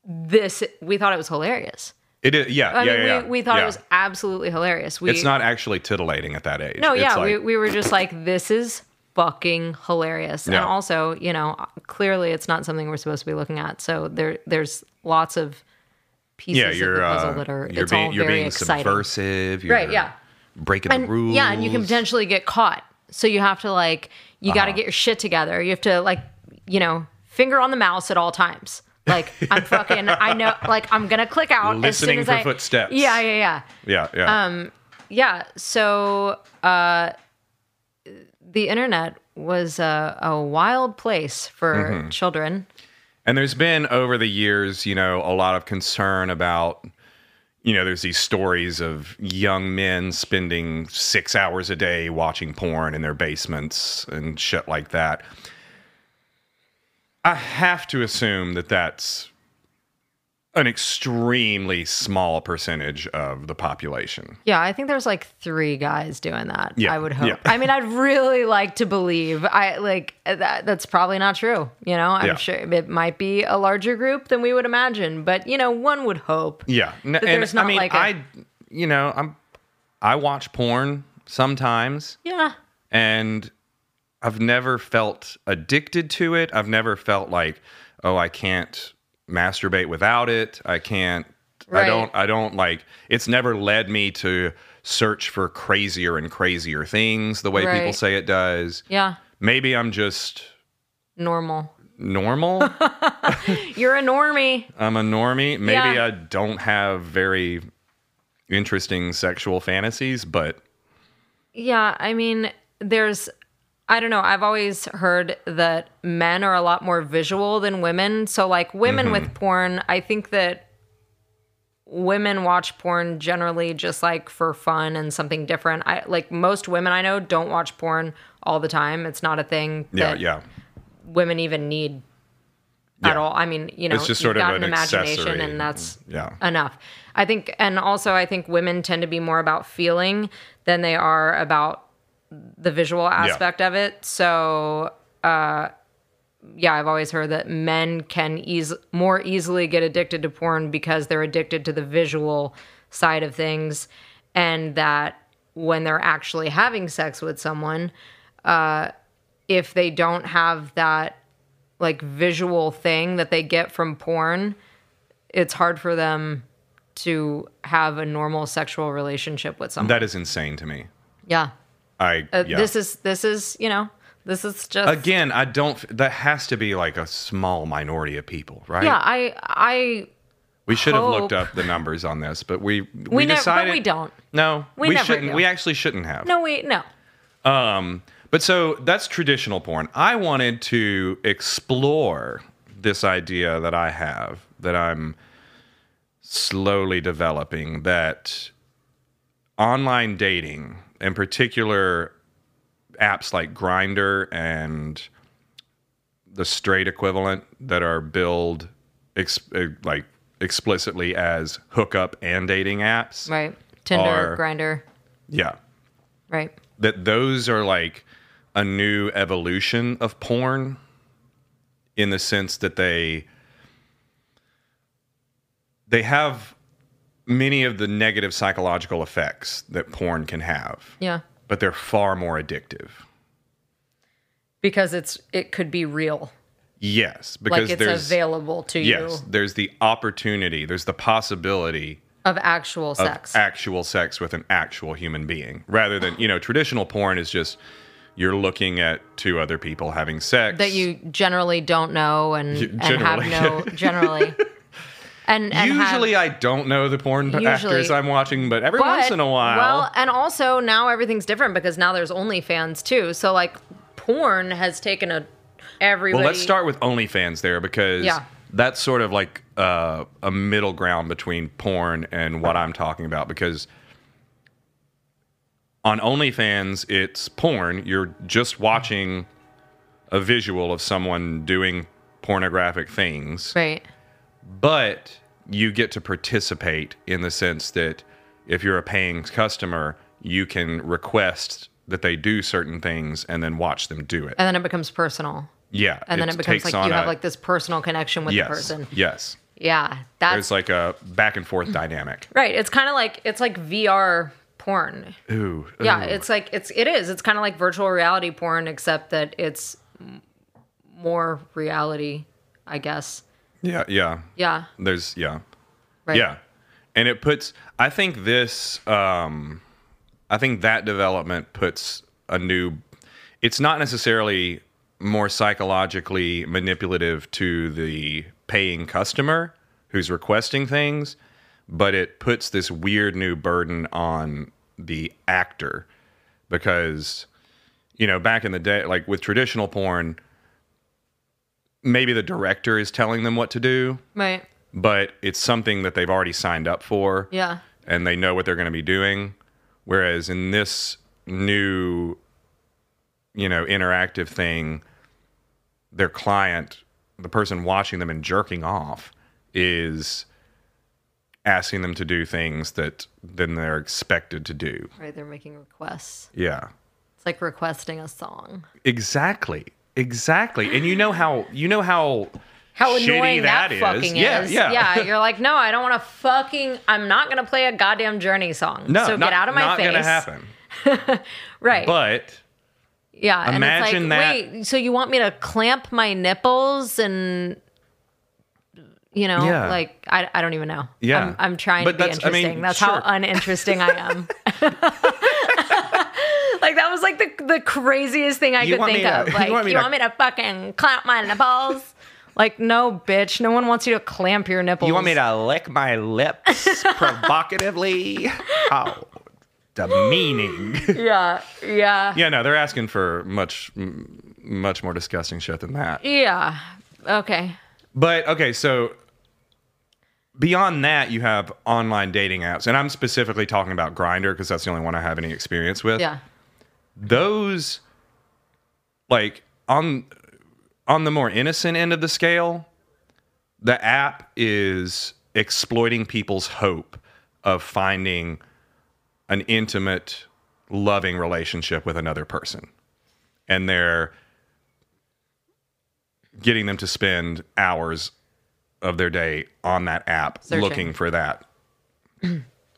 S3: this, we thought it was hilarious.
S4: it is yeah
S3: I
S4: yeah,
S3: mean,
S4: yeah,
S3: we,
S4: yeah.
S3: we thought
S4: Yeah.
S3: it was absolutely hilarious. We,
S4: it's not actually titillating at that age
S3: no,
S4: It's
S3: yeah,
S4: like-
S3: we, we were just like, this is fucking hilarious. And
S4: Yeah.
S3: also, you know, clearly it's not something we're supposed to be looking at. So there, there's lots of pieces
S4: yeah you're
S3: of the puzzle
S4: uh,
S3: that are
S4: you're
S3: it's
S4: being
S3: all
S4: you're
S3: very
S4: being
S3: exciting.
S4: subversive
S3: Right,
S4: you're
S3: yeah.
S4: breaking
S3: And-
S4: the rules Uh-huh.
S3: Yeah, and you can potentially get caught. So you have to like, you got to get your shit together. You have to like, you know, finger on the mouse at all times. Like I'm fucking. I know. Like I'm gonna click out. as soon
S4: Listening
S3: as
S4: for
S3: I,
S4: footsteps.
S3: Yeah, yeah, yeah,
S4: Yeah,
S3: um,
S4: yeah.
S3: yeah. So uh, the internet was a, a wild place for
S4: Mm-hmm.
S3: children.
S4: And there's been over the years, you know, a lot of concern about, you know, there's these stories of young men spending six hours a day watching porn in their basements and shit like that. I have to assume that that's an extremely small percentage of the population.
S3: Yeah, I think there's like three guys doing that.
S4: Yeah,
S3: I would hope.
S4: yeah.
S3: I mean, I'd really like to believe. I like uh, that. That's probably not true. You know, I'm
S4: Yeah.
S3: sure it might be a larger group than we would imagine, but you know, one would hope.
S4: Yeah, N-
S3: That
S4: and
S3: there's not
S4: I mean,
S3: like a-
S4: I, you know, I'm, I watch porn sometimes.
S3: Yeah.
S4: and I've never felt addicted to it. I've never felt like, oh, I can't masturbate without it. I can't.
S3: Right.
S4: I don't. I don't like. It's never led me to search for crazier and crazier things the way people
S3: Right.
S4: say it does.
S3: Yeah.
S4: Maybe I'm just
S3: Normal.
S4: normal.
S3: You're a normie.
S4: I'm a normie. Maybe
S3: Yeah.
S4: I don't have very interesting sexual fantasies, but
S3: Yeah, I mean, there's I don't know, I've always heard that men are a lot more visual than women. So like women
S4: Mm-hmm.
S3: with porn, I think that women watch porn generally just like for fun and something different. I like most women I know don't watch porn all the time. It's not a thing
S4: yeah,
S3: that
S4: yeah.
S3: women even need at
S4: Yeah.
S3: all. I mean, you know,
S4: It's just
S3: you've
S4: sort of
S3: got
S4: an
S3: imagination
S4: accessory.
S3: and that's
S4: Yeah.
S3: enough. I think and also I think women tend to be more about feeling than they are about the visual aspect of it. So uh yeah, I've always heard that men can eas- more easily get addicted to porn because they're addicted to the visual side of things and that when they're actually having sex with someone, uh, if they don't have that like visual thing that they get from porn, it's hard for them to have a normal sexual relationship with someone.
S4: That is insane to me.
S3: yeah.
S4: I
S3: Uh,
S4: yeah.
S3: This is this is, you know, this is just
S4: again i don't that has to be like a small minority of people right
S3: Yeah, I I
S4: we should have looked
S3: hope.
S4: up the numbers on this but we we,
S3: we, never
S4: decided
S3: but we don't.
S4: no
S3: We
S4: we,
S3: never
S4: shouldn't
S3: do.
S4: we actually shouldn't have
S3: No, we no.
S4: but so that's traditional porn i wanted to explore this idea that i have that i'm slowly developing that online dating in particular apps like grinder and the straight equivalent that are billed ex- uh, like explicitly as hookup and dating apps
S3: Right. Tinder,
S4: Are-
S3: grinder,
S4: yeah
S3: right.
S4: that those are like a new evolution of porn in the sense that they they have many of the negative psychological effects that porn can have
S3: Yeah.
S4: but they're far more addictive
S3: Because it's it could be real.
S4: yes because
S3: Like it's
S4: there's
S3: available to
S4: yes
S3: you
S4: there's the opportunity there's the possibility
S3: of actual sex.
S4: of actual sex with an actual human being rather than you know traditional porn is just you're looking at two other people having sex
S3: that you generally don't know and,
S4: You-
S3: and have
S4: generally.
S3: no generally and, and have-
S4: usually I don't know the porn
S3: Usually.
S4: actors I'm watching, but every once
S3: but-
S4: in a while,
S3: well and also now everything's different because now there's OnlyFans too so like porn has taken a everybody
S4: well, let's start with OnlyFans there because
S3: Yeah.
S4: that's sort of like uh, a middle ground between porn and what I'm talking about because on OnlyFans it's porn. You're just watching a visual of someone doing pornographic things.
S3: right
S4: but you get to participate in the sense that if you're a paying customer, you can request that they do certain things and then watch them do it.
S3: and then it becomes personal
S4: yeah,
S3: and then it becomes
S4: takes
S3: like you
S4: on
S3: have
S4: a-
S3: like this personal connection with
S4: yes,
S3: the person
S4: yes.
S3: yeah that's
S4: There's like a back and forth dynamic.
S3: right it's kind of like it's like VR porn
S4: Ooh,
S3: Yeah,
S4: ooh.
S3: it's like it's it is. It's kind of like virtual reality porn, except that it's m- more reality, I guess.
S4: yeah, yeah,
S3: Yeah,
S4: There's yeah,
S3: right.
S4: yeah, and it puts. I think this. Um, I think that development puts a new. It's not necessarily more psychologically manipulative to the paying customer who's requesting things, but it puts this weird new burden on the actor because you know, back in the day like with traditional porn, maybe the director is telling them what to do,
S3: Right.
S4: but it's something that they've already signed up for
S3: Yeah.
S4: and they know what they're going to be doing. Whereas in this new, you know, interactive thing, their client, the person watching them and jerking off, is asking them to do things that then they're expected to do.
S3: Right. They're making requests.
S4: Yeah.
S3: It's like requesting a song.
S4: Exactly. Exactly. And you know how you know how
S3: How
S4: shitty
S3: annoying that,
S4: that is.
S3: fucking
S4: Yeah,
S3: is.
S4: yeah.
S3: You're like, no, I don't want to fucking. I'm not gonna play a goddamn Journey song.
S4: no,
S3: So
S4: not,
S3: get out of my
S4: not
S3: face.
S4: gonna happen.
S3: Right.
S4: But
S3: yeah.
S4: imagine
S3: and
S4: that-
S3: it's like, Wait. So you want me to clamp my nipples and? You know,
S4: Yeah.
S3: like I, I don't even know.
S4: Yeah.
S3: I'm, I'm trying
S4: But
S3: to be
S4: that's- I mean,
S3: interesting. that's
S4: sure.
S3: how uninteresting I am. like that was like the the craziest thing I
S4: You
S3: could
S4: want
S3: think
S4: me to-
S3: of.
S4: you
S3: Like you,
S4: want
S3: want
S4: me
S3: me,
S4: to-
S3: to, fucking clamp my nipples? like no, bitch. No one wants you to clamp your nipples.
S4: You want me to lick my lips provocatively? How demeaning.
S3: Yeah, yeah,
S4: yeah, no, they're asking for much, m- much more disgusting shit than that.
S3: yeah. Okay.
S4: But okay, so beyond that, you have online dating apps, and I'm specifically talking about Grinder because that's the only one I have any experience with.
S3: Yeah.
S4: those like on on the more innocent end of the scale the app is exploiting people's hope of finding an intimate loving relationship with another person and they're getting them to spend hours of their day on that app
S3: Searching.
S4: looking for that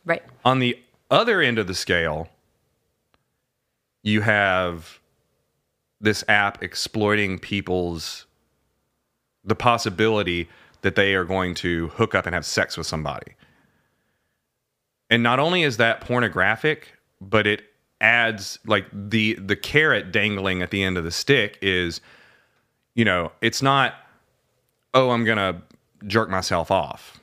S3: Right.
S4: on the other end of the scale, you have this app exploiting people's the possibility that they are going to hook up and have sex with somebody. And not only is that pornographic, but it adds like the the carrot dangling at the end of the stick is you know, it's not oh, I'm going to jerk myself off.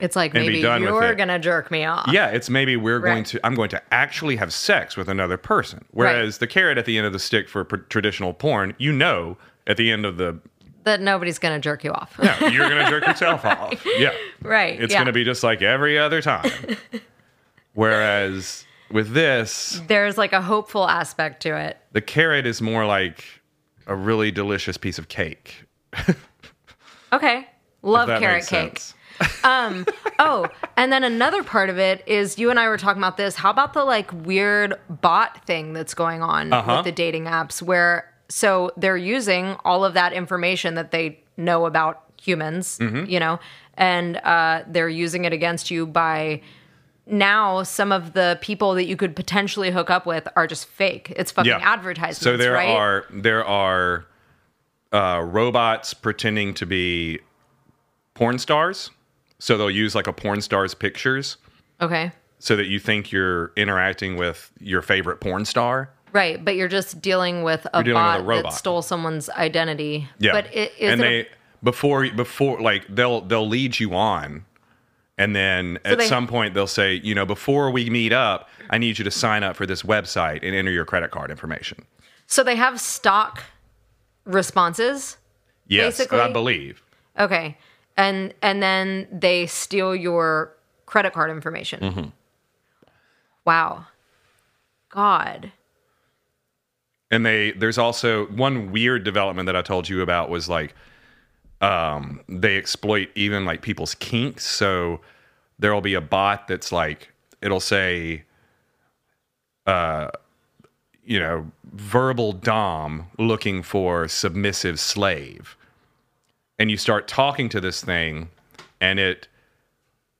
S3: It's like
S4: And be
S3: maybe
S4: done with
S3: you're
S4: it.
S3: gonna jerk me off.
S4: Yeah, it's maybe we're going
S3: Right.
S4: to I'm going to actually have sex with another person. Whereas the carrot at the end of the stick for pr- traditional porn, you know, at the end of the
S3: That nobody's gonna jerk you off.
S4: no, you're going to jerk yourself off. Yeah.
S3: right.
S4: It's
S3: yeah.
S4: going to be just like every other time. Whereas with this,
S3: There's like a hopeful aspect to it.
S4: the carrot is more like a really delicious piece of cake.
S3: Okay.
S4: if
S3: Love
S4: that
S3: carrot
S4: makes
S3: cake.
S4: sense.
S3: Oh, and then another part of it is you and I were talking about this. How about the like weird bot thing that's going on
S4: Uh-huh.
S3: with the dating apps where so they're using all of that information that they know about humans,
S4: Mm-hmm.
S3: you know, and uh, they're using it against you by now some of the people that you could potentially hook up with are just fake. It's fucking advertisements,
S4: So there
S3: right?
S4: are there are uh, robots pretending to be porn stars. So they'll use like a porn star's pictures
S3: okay.
S4: so that you think you're interacting with your favorite porn star.
S3: Right, but you're just dealing with a
S4: dealing with
S3: bot
S4: a robot.
S3: that stole someone's identity.
S4: Yeah.
S3: but it, is
S4: and
S3: it a-
S4: they before before like they'll they'll lead you on and then at
S3: they-
S4: some point they'll say, you know, before we meet up, I need you to sign up for this website and enter your credit card information.
S3: So they have stock responses.
S4: Yes, I
S3: Basically-
S4: believe.
S3: Okay. And and then they steal your credit card information.
S4: Mm-hmm.
S3: Wow. God.
S4: And they there's also one weird development that I told you about was like um they exploit even like people's kinks. So there'll be a bot that's like it'll say uh you know, verbal dom looking for submissive slave. And you start talking to this thing and it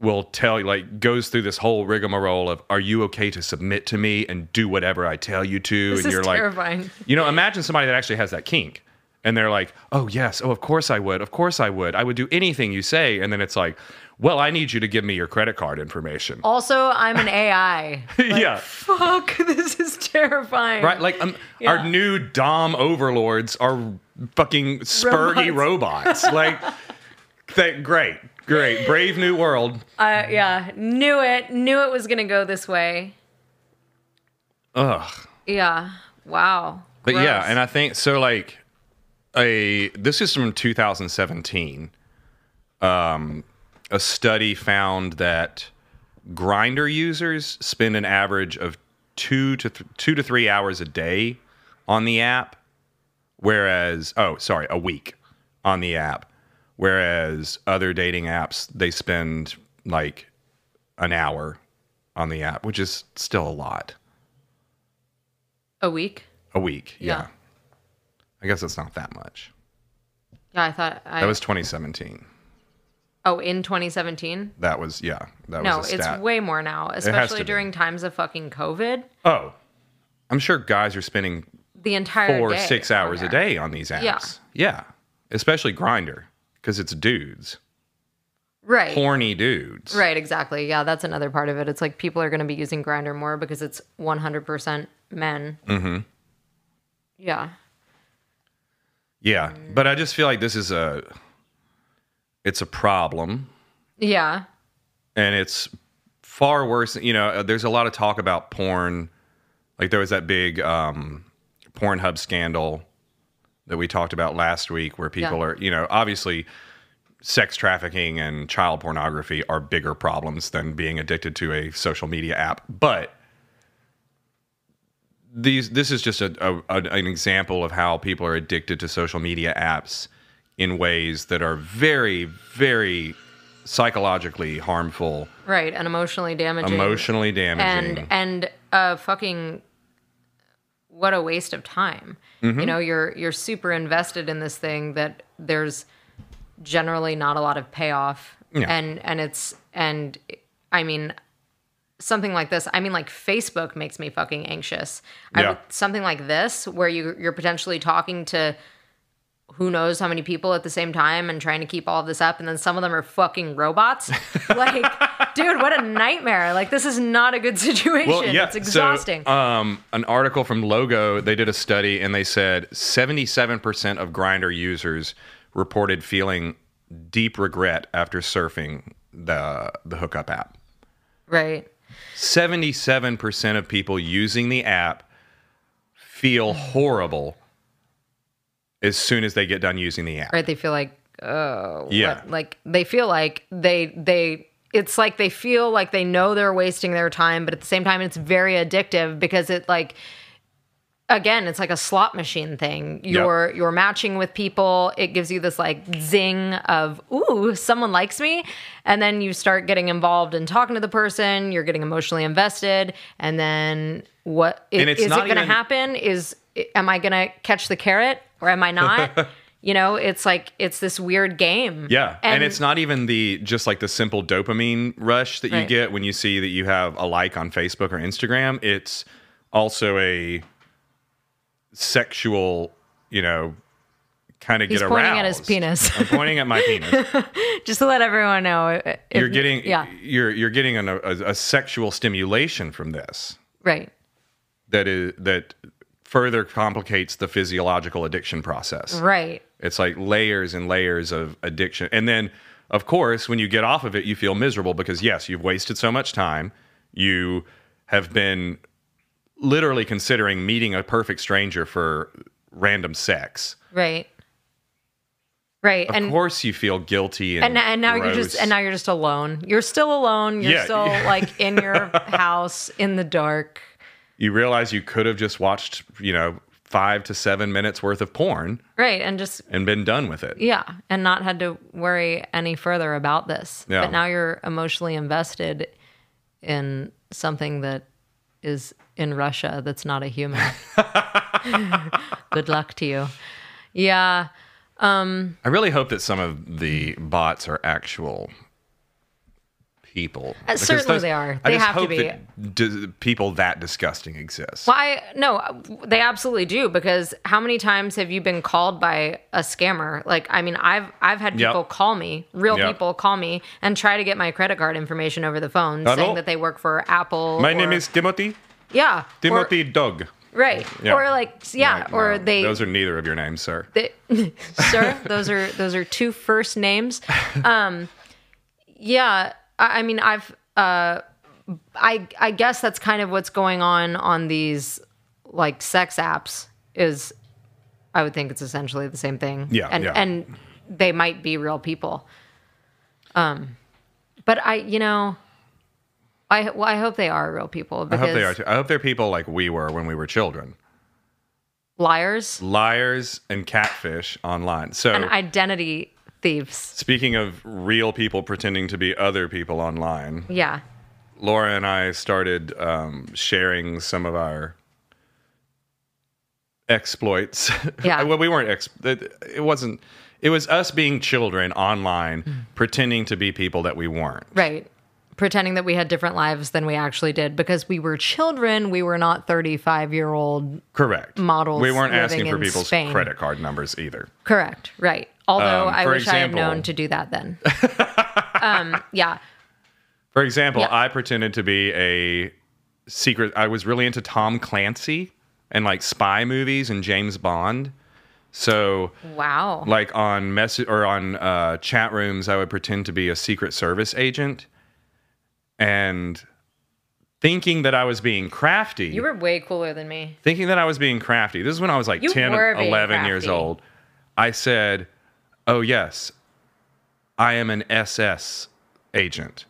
S4: will tell you like goes through this whole rigmarole of are you okay to submit to me and do whatever I tell you to
S3: This
S4: and
S3: is
S4: you're like
S3: terrifying.
S4: you know, imagine somebody that actually has that kink and they're like, oh, yes, oh, of course I would. Of course I would. I would do anything you say. And then it's like, well, I need you to give me your credit card information.
S3: also, I'm an AI.
S4: yeah.
S3: Fuck, this is terrifying.
S4: Right? Like, um, our new Dom overlords are fucking spurgy robots. like, That, great, great, brave new world.
S3: Uh, yeah, knew it. Knew it was gonna go this way.
S4: Ugh.
S3: Yeah. Wow.
S4: But yeah,
S3: Gross.
S4: and I think so. Like a this is from 2017. Um, a study found that grinder users spend an average of two to th- two to three hours a day on the app, whereas oh sorry a week on the app, whereas other dating apps they spend like an hour on the app, which is still a lot.
S3: a week.
S4: A week. Yeah.
S3: Yeah.
S4: I guess it's not that much.
S3: Yeah, I thought I
S4: That was 2017.
S3: Oh, in 2017.
S4: That was yeah. That
S3: No,
S4: was a
S3: it's
S4: stat.
S3: way more now,
S4: to
S3: especially
S4: be.
S3: during times of fucking COVID.
S4: oh, I'm sure guys are spending
S3: The entire
S4: four,
S3: day
S4: six
S3: on
S4: hours a
S3: there.
S4: day on these apps.
S3: Yeah.
S4: yeah. Especially Grinder because it's dudes,
S3: Right.
S4: horny dudes.
S3: Right, exactly. Yeah, that's another part of it. It's like people are going to be using Grinder more because it's 100% men. Mm-hmm. Yeah.
S4: Yeah, but I just feel like this is a, it's a problem.
S3: Yeah.
S4: and it's far worse. You know, uh, there's a lot of talk about porn. Like there was that big um, Pornhub scandal that we talked about last week, where people
S3: Yeah.
S4: are, you know, obviously sex trafficking and child pornography are bigger problems than being addicted to a social media app, but these this is just a, a, an an example of how people are addicted to social media apps in ways that are very very psychologically harmful
S3: Right, and emotionally damaging.
S4: emotionally damaging
S3: and and uh fucking what a waste of time.
S4: Mm-hmm.
S3: You know, you're you're super invested in this thing that there's generally not a lot of payoff
S4: Yeah.
S3: and and it's and I mean something like this i mean like facebook makes me fucking anxious I
S4: Yeah.
S3: would- something like this where you, you're potentially talking to who knows how many people at the same time and trying to keep all of this up and then some of them are fucking robots like dude what a nightmare like this is not a good situation it's exhausting
S4: So, um, an article from Logo, they did a study and they said 77% of Grinder users reported feeling deep regret after surfing the the hookup app.
S3: right
S4: 77% of people using the app feel horrible as soon as they get done using the app.
S3: right they feel like
S4: yeah.
S3: But, like they feel like they they it's like they feel like they know they're wasting their time but at the same time it's very addictive because it like again it's like a slot machine thing you're you're matching with people it gives you this like zing of ooh someone likes me and then you start getting involved in talking to the person you're getting emotionally invested and then what is
S4: And it's
S3: is it
S4: not
S3: going to
S4: even-
S3: happen is am i going to catch the carrot or am i not you know it's like it's this weird game
S4: Yeah, and, it's not even the just like the simple dopamine rush that you
S3: Right.
S4: get when you see that you have a like on Facebook or Instagram. It's also a sexual, you know, kind of get
S3: he's
S4: aroused.
S3: pointing at his penis
S4: I'm pointing at my penis.
S3: just to let everyone know uh, if-
S4: You're getting
S3: yeah
S4: you're you're getting an, a, a sexual stimulation from this
S3: right
S4: that is that further complicates the physiological addiction process.
S3: right
S4: It's like layers and layers of addiction. And then, of course, when you get off of it, you feel miserable because, yes, you've wasted so much time. You have been literally considering meeting a perfect stranger for random sex.
S3: right right
S4: Of
S3: and
S4: course, you feel guilty. And,
S3: and, and now you're
S4: gross.
S3: just and now you're just alone you're still alone you're
S4: Yeah.
S3: still like in your house in the dark
S4: you realize you could have just watched, you know, five to seven minutes worth of porn
S3: right and just
S4: and been done with it.
S3: yeah and not had to worry any further about this
S4: Yeah.
S3: but now you're emotionally invested in something that is in russia that's not a human good luck to you yeah
S4: I really hope that some of the bots are actual people. Because
S3: Uh, certainly they are.
S4: I
S3: They
S4: just
S3: have to
S4: hope
S3: be.
S4: that d- people that disgusting exist.
S3: Well, I no, they absolutely do because how many times have you been called by a scammer? Like, I mean, I've I've had
S4: Yep.
S3: people call me, real
S4: Yep.
S3: people call me and try to get my credit card information over the phone,
S4: Hello?
S3: saying that they work for Apple.
S4: My
S3: or-
S4: name is Timothy.
S3: yeah, or-
S4: Timothy Dog.
S3: right?
S4: Yeah.
S3: Or like yeah,
S4: Like,
S3: or
S4: no,
S3: they
S4: Those are neither of your names, sir.
S3: they, sir those are those are two first names um yeah i, I mean i've uh i i guess that's kind of what's going on on these like sex apps is i would think it's essentially the same thing
S4: Yeah,
S3: and
S4: yeah.
S3: and they might be real people um but i you know i well, i hope they are real people
S4: I
S3: because
S4: hope they are. Too. I hope they're people like we were when we were children.
S3: liars
S4: Liars and catfish online. So
S3: and identity thieves
S4: speaking of real people pretending to be other people online,
S3: yeah
S4: Laura and I started um, sharing some of our exploits.
S3: Yeah.
S4: well, we weren't. Ex- it, it wasn't. It was us being children online,
S3: Mm.
S4: pretending to be people that we weren't.
S3: Right. Pretending that we had different lives than we actually did because we were children. We were not 35 year old.
S4: Correct.
S3: Models
S4: We weren't
S3: living
S4: asking for
S3: in
S4: people's
S3: Spain.
S4: credit card numbers either.
S3: Correct. Right. Although
S4: Um,
S3: I
S4: for
S3: wish I had
S4: example-
S3: known to do that then. um, yeah.
S4: For example,
S3: Yeah.
S4: I pretended to be a secret. I was really into Tom Clancy and like spy movies and James Bond. So
S3: Wow.
S4: like on message or on uh, chat rooms, I would pretend to be a Secret Service agent, and thinking that I was being crafty.
S3: you were way cooler than me.
S4: thinking that I was being crafty. This is when I was like
S3: You
S4: 10
S3: were
S4: or
S3: being
S4: 11 years
S3: crafty.
S4: old. I said, "Oh yes, I am an SS agent."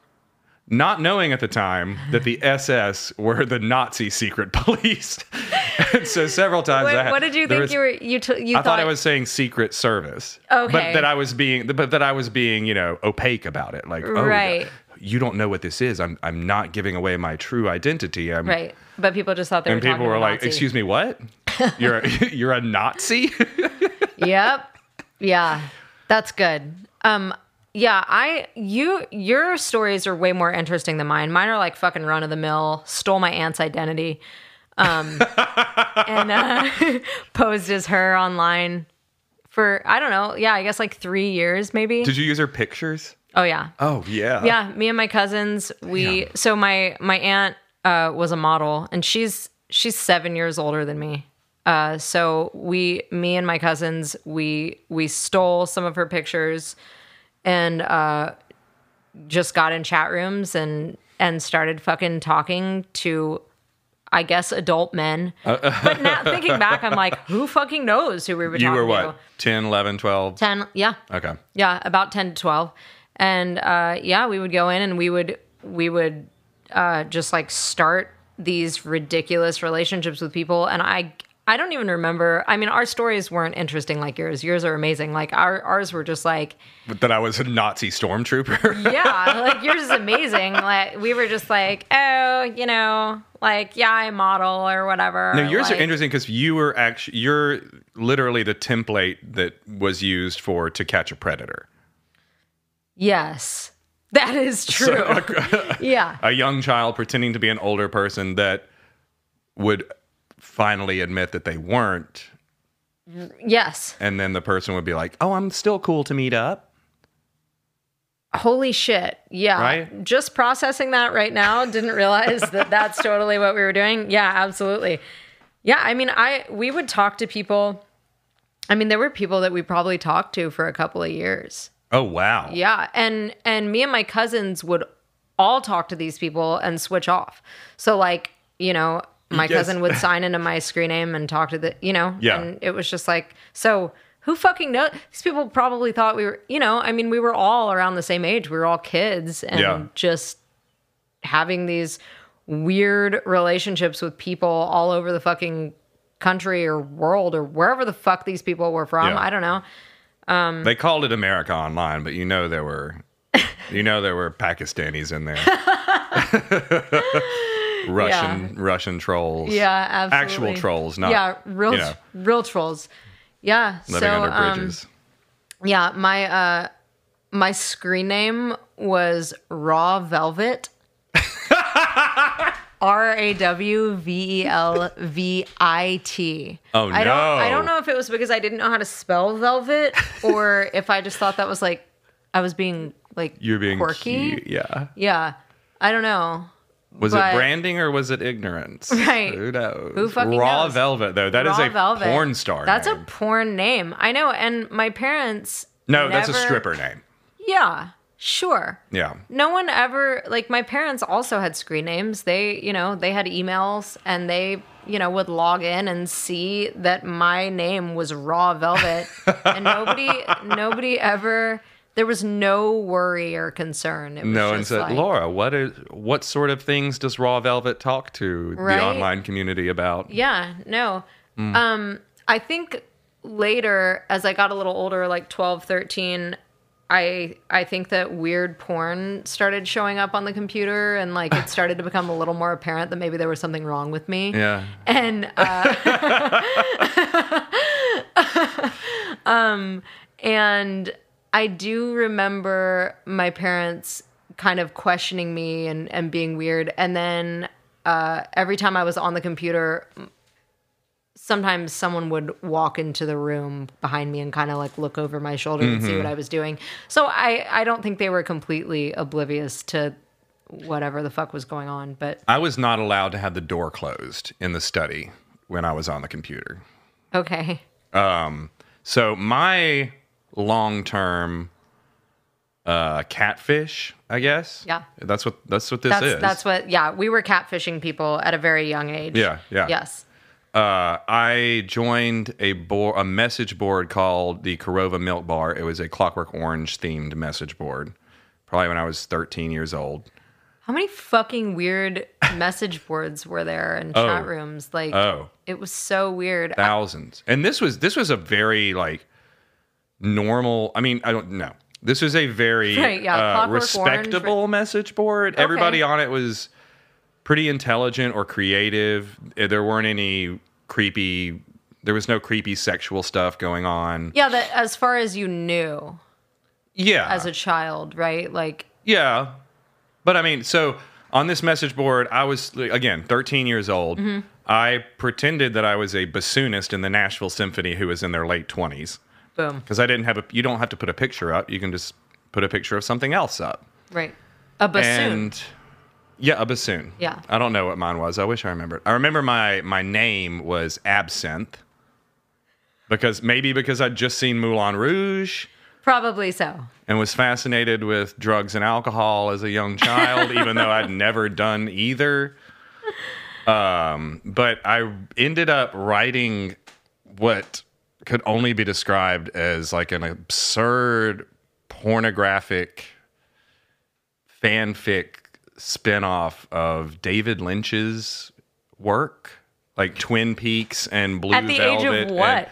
S4: Not knowing at the time that the SS were the Nazi secret police. and so several times I
S3: What,
S4: had-
S3: what did you
S4: there
S3: think
S4: was-
S3: you were? You, t- you
S4: I thought I was saying Secret Service.
S3: Okay.
S4: But that I was being, but that I was being, you know, opaque about it. Like, oh,
S3: Right.
S4: you don't know what this is. I'm, I'm not giving away my true identity. I'm,
S3: Right. But people just thought they
S4: And
S3: were
S4: people were like, excuse me, what? You're, a, you're a Nazi?
S3: yep. Yeah. That's good. Um yeah, I you your stories are way more interesting than mine. Mine are like fucking run of the mill, stole my aunt's identity. Um and uh posed as her online for I don't know. Yeah, I guess like 3 years maybe.
S4: Did you use her pictures?
S3: oh yeah.
S4: Oh yeah.
S3: Yeah, me and my cousins, we so my my aunt uh was a model and she's she's 7 years older than me. Uh so we me and my cousins, we we stole some of her pictures and uh just got in chat rooms and and started fucking talking to I guess adult men.
S4: Uh,
S3: but now thinking back, I'm like, who fucking knows who we were
S4: You
S3: talking
S4: were
S3: to?
S4: what? 10, 11, 12?
S3: 10 yeah.
S4: Okay.
S3: Yeah, about 10 to 12. And uh, yeah, we would go in and we would we would uh, just like start these ridiculous relationships with people and I I don't even remember. I mean, our stories weren't interesting like yours. Yours are amazing. Like our ours were just like,
S4: But that I was a Nazi stormtrooper.
S3: yeah, like yours is amazing. Like we were just like, oh, you know, like yeah, I model or whatever.
S4: No, yours
S3: Like,
S4: are interesting because you were actually you're literally the template that was used for to catch a predator.
S3: Yes. That is true. yeah.
S4: a young child pretending to be an older person that would finally admit that they weren't
S3: Yes.
S4: and then the person would be like oh i'm still cool to meet up
S3: Holy shit. Yeah.
S4: Right?
S3: Just processing that right now. Didn't realize that that's totally what we were doing. Yeah, absolutely. Yeah, I mean, I we would talk to people. I mean, there were people that we probably talked to for a couple of years.
S4: oh wow
S3: Yeah, and and me and my cousins would all talk to these people and switch off. So like, you know, my
S4: Yes.
S3: cousin would sign into my screen name and talk to the, you know,
S4: Yeah.
S3: and it was just like, so who fucking knows? These people probably thought we were, you know, I mean, we were all around the same age. We were all kids and
S4: Yeah.
S3: just having these weird relationships with people all over the fucking country or world or wherever the fuck these people were from.
S4: Yeah.
S3: I don't know.
S4: they called it america online but you know there were you know there were pakistanis in there russian russian trolls
S3: Yeah, absolutely.
S4: actual trolls not
S3: yeah, real
S4: you know,
S3: real trolls. Yeah,
S4: living
S3: so
S4: under
S3: um,
S4: bridges
S3: yeah, my uh, my screen name was Raw Velvet. R A W V E L V I T.
S4: Oh,
S3: I don't,
S4: no.
S3: I don't know if it was because I didn't know how to spell velvet, or if I just thought that was like I was being like
S4: you're being
S3: quirky.
S4: cute, yeah
S3: Yeah, I don't know.
S4: Was
S3: But-
S4: it branding or was it ignorance?
S3: Right.
S4: Who knows?
S3: Who fucking
S4: Raw
S3: knows?
S4: Velvet though. That is
S3: Raw
S4: a porn star.
S3: That's
S4: name.
S3: a porn name. I know. And my parents.
S4: no. That's a
S3: never-
S4: stripper name.
S3: Yeah, sure.
S4: Yeah.
S3: No one ever like my parents also had screen names. They, you know, they had emails and they, you know, would log in and see that my name was Raw Velvet and nobody nobody ever there was no worry or concern. It was
S4: No, and
S3: just
S4: said,
S3: like,
S4: Laura, what is what sort of things does Raw Velvet talk to
S3: Right?
S4: the online community about?
S3: Yeah, no. Um, I think later as I got a little older, like 12, 13, I I think that weird porn started showing up on the computer and like it started to become a little more apparent that maybe there was something wrong with me.
S4: Yeah.
S3: And uh, um um, and I do remember my parents kind of questioning me and and being weird and then uh, every time I was on the computer, sometimes someone would walk into the room behind me and kind of like look over my shoulder and see what I was doing. So I I don't think they were completely oblivious to whatever the fuck was going on, but
S4: I was not allowed to have the door closed in the study when I was on the computer.
S3: okay.
S4: So my long term uh catfish, I guess.
S3: Yeah.
S4: That's what that's what this
S3: That's
S4: is.
S3: that's what yeah, we were catfishing people at a very young age.
S4: Yeah, yeah.
S3: Yes.
S4: uh, I joined a bo- a message board called the Corova Milk Bar. It was a Clockwork Orange themed message board, probably when I was 13 years old.
S3: How many fucking weird message boards were there and chat rooms? Like
S4: Oh.
S3: it was so weird.
S4: Thousands. And this was this was a very like normal. I mean, I don't know. This was a very
S3: Right, yeah,
S4: uh,
S3: Clockwork
S4: respectable message board. Everybody on it was pretty intelligent or creative. Uh, There weren't any creepy. There was no creepy sexual stuff going on.
S3: yeah, that as far as you knew
S4: Yeah.
S3: as a child, right? Like
S4: Yeah. But I mean, so on this message board, I was, like, again, 13 years old.
S3: Mm-hmm.
S4: I pretended that I was a bassoonist in the Nashville Symphony who was in their late 20s
S3: boom.
S4: because I didn't have a, you don't have to put a picture up. You can just put a picture of something else up.
S3: Right. A bassoon.
S4: And yeah, a bassoon.
S3: Yeah.
S4: I don't know what mine was. I wish I remembered. I remember my, my name was Absinthe because maybe because I'd just seen Moulin Rouge.
S3: Probably so.
S4: and was fascinated with drugs and alcohol as a young child, even though I'd never done either. Um, but I ended up writing what could only be described as like an absurd pornographic fanfic spin-off of David Lynch's work, like Twin Peaks and Blue
S3: At the age
S4: Velvet.
S3: of
S4: and
S3: what?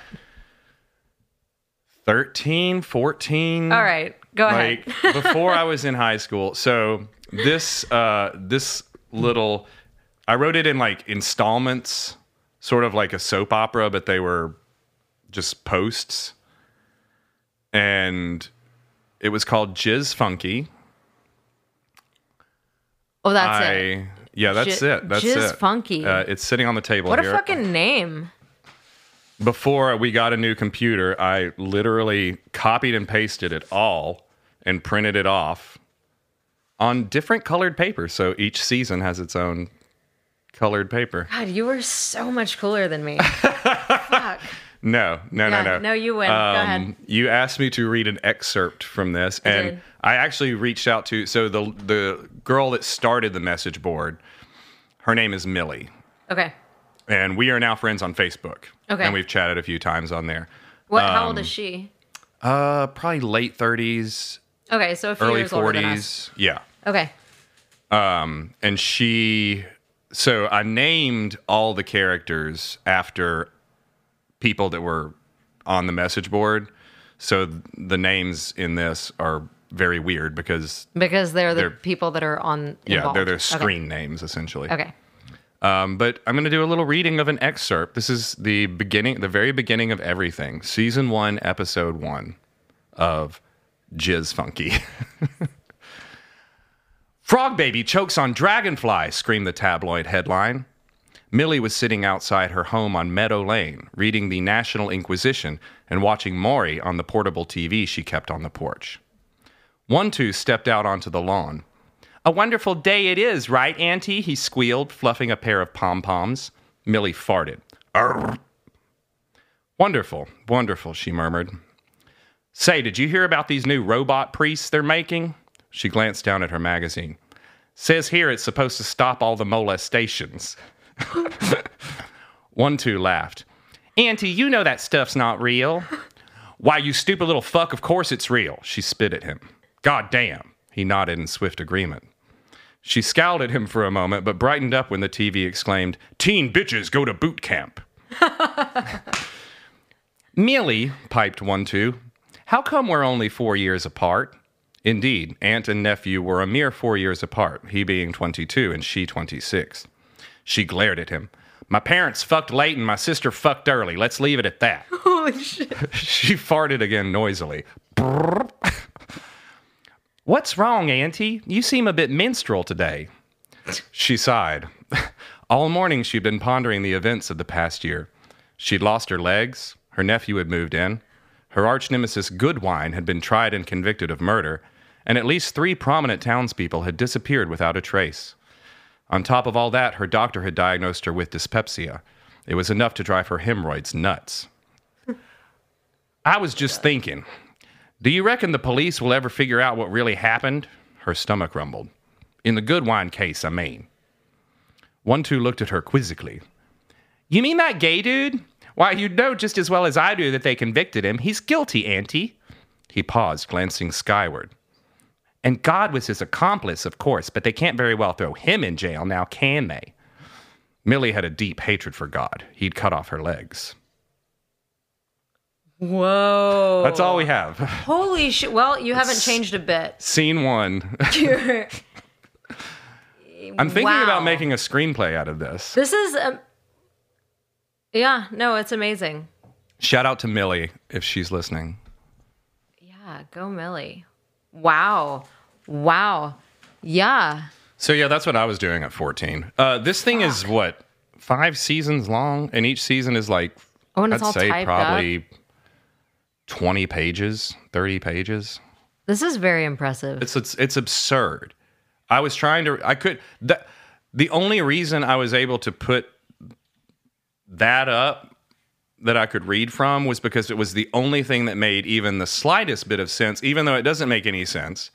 S4: 13, 14
S3: All right, go ahead.
S4: like before I was in high school. So this uh this little I wrote it in like installments, sort of like a soap opera, but they were just posts. And it was called Jizz Funky.
S3: Oh, that's
S4: I
S3: it.
S4: yeah, that's
S3: Ji-
S4: it. That's
S3: Jizz
S4: it.
S3: Funky.
S4: Uh, it's sitting on the table
S3: What a
S4: here.
S3: fucking name.
S4: before we got a new computer, I literally copied and pasted it all and printed it off on different colored paper. So each season has its own colored paper.
S3: God, you were so much cooler than me. Fuck.
S4: No, no,
S3: Yeah,
S4: no, no.
S3: no, you win. Go ahead.
S4: You asked me to read an excerpt from this, and
S3: did.
S4: I actually reached out to so the the girl that started the message board. Her name is Millie,
S3: Okay.
S4: and we are now friends on Facebook.
S3: Okay.
S4: and we've chatted a few times on there.
S3: What? how
S4: Um,
S3: old is she?
S4: Uh, probably late thirties,
S3: Okay, so a few
S4: early
S3: years older than us.
S4: 40s. Yeah.
S3: Okay.
S4: And she, so I named all the characters after people that were on the message board. So th- the names in this are very weird because,
S3: Because they're the
S4: They're-
S3: people that are on.
S4: yeah,
S3: involved.
S4: they're their
S3: Okay.
S4: screen names essentially.
S3: Okay.
S4: Um, but I'm going to do a little reading of an excerpt. This is the beginning, the very beginning of everything, season one, episode one of Jizz Funky. Frog baby chokes on dragonfly, screamed the tabloid headline. Millie was sitting outside her home on Meadow Lane, reading the National Inquisition and watching Maury on the portable TV she kept on the porch. One Two stepped out onto the lawn. A wonderful day it is, right, Auntie? He squealed, fluffing a pair of pom poms. Millie farted. Arr. Wonderful, wonderful, she murmured. Say, did you hear about these new robot priests they're making? She glanced down at her magazine. Says here it's supposed to stop all the molestations. One two laughed. Auntie, you know that stuff's not real. Why, you stupid little fuck, of course it's real. She spit at him. God damn. He nodded in swift agreement. She scowled at him for a moment, but brightened up when the TV exclaimed, Teen bitches go to boot camp. Millie, piped one two, how come we're only four years apart? Indeed, aunt and nephew were a mere four years apart, he being 22 and she 26. She glared at him. My parents fucked late and my sister fucked early. Let's leave it at that.
S3: Holy shit.
S4: she farted again noisily. Brrr. What's wrong, Auntie? You seem a bit minstrel today. She sighed. All morning she'd been pondering the events of the past year. She'd lost her legs, her nephew had moved in, her arch nemesis Goodwine had been tried and convicted of murder, and at least three prominent townspeople had disappeared without a trace. On top of all that, her doctor had diagnosed her with dyspepsia. It was enough to drive her hemorrhoids nuts. I was just thinking, do you reckon the police will ever figure out what really happened? Her stomach rumbled. In the Goodwine case, I mean. One Two looked at her quizzically. You mean that gay dude? Why, you know just as well as I do that they convicted him. He's guilty, Auntie. He paused, glancing skyward. And God was his accomplice, of course, but they can't very well throw him in jail now, can they? Millie had a deep hatred for God. He'd cut off her legs.
S3: Whoa.
S4: That's all we have.
S3: Holy shit. Well, you haven't changed a bit.
S4: Scene one.
S3: You're-
S4: I'm thinking
S3: Wow.
S4: about making a screenplay out of this.
S3: This is. Um, yeah, no, it's amazing.
S4: Shout out to Millie if she's listening.
S3: Yeah, go Millie. Wow. Wow. Yeah.
S4: So yeah, that's what I was doing at 14. Uh, this thing is what five seasons long, and each season is like
S3: Oh, and
S4: I'd
S3: it's all
S4: say
S3: typed
S4: probably 20 pages, 30 pages.
S3: This is very impressive.
S4: It's it's it's absurd. I was trying to I could that the only reason I was able to put that up that I could read from was because it was the only thing that made even the slightest bit of sense, even though it doesn't make any sense.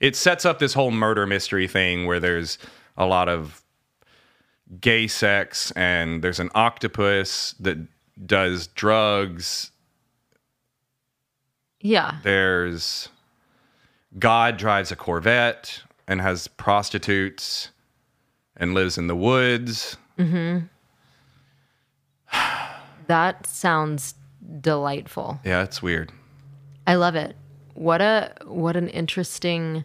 S4: It sets up this whole murder mystery thing where there's a lot of gay sex and there's an octopus that does drugs.
S3: yeah.
S4: There's God drives a Corvette and has prostitutes and lives in the woods.
S3: That sounds delightful.
S4: Yeah, it's weird.
S3: I love it. What a what an interesting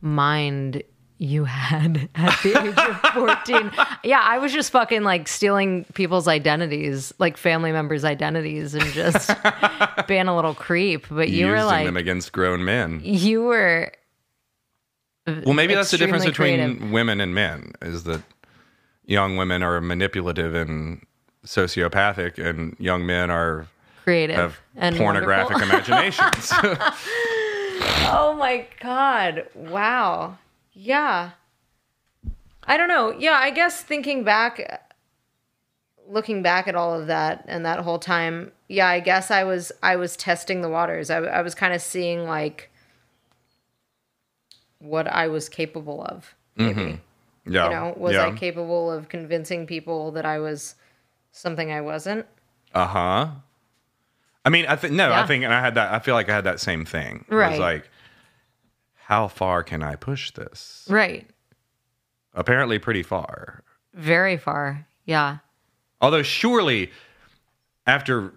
S3: mind you had at the age of 14. Yeah, I was just fucking like stealing people's identities, like family members' identities and just being a little creep, but you were
S4: Using
S3: like e-
S4: them against grown men.
S3: you were
S4: Well, maybe that's the difference
S3: extremely
S4: between women and men is that young women are manipulative and sociopathic, and young men are
S3: creative
S4: have
S3: and
S4: pornographic
S3: wonderful.
S4: imaginations.
S3: Oh my god. Wow. Yeah. I don't know. Yeah, I guess thinking back looking back at all of that and that whole time, yeah, I guess I was I was testing the waters. I I was kind of seeing like what I was capable of.
S4: Mm-hmm. yeah,
S3: You know, was
S4: yeah.
S3: I capable of convincing people that I was something I wasn't?
S4: Uh huh. I mean, I think no,
S3: Yeah.
S4: I think, and I had that. I feel like I had that same thing. It
S3: Right.
S4: was like, how far can I push this?
S3: Right.
S4: Apparently, pretty far.
S3: Very far. Yeah.
S4: Although, surely, after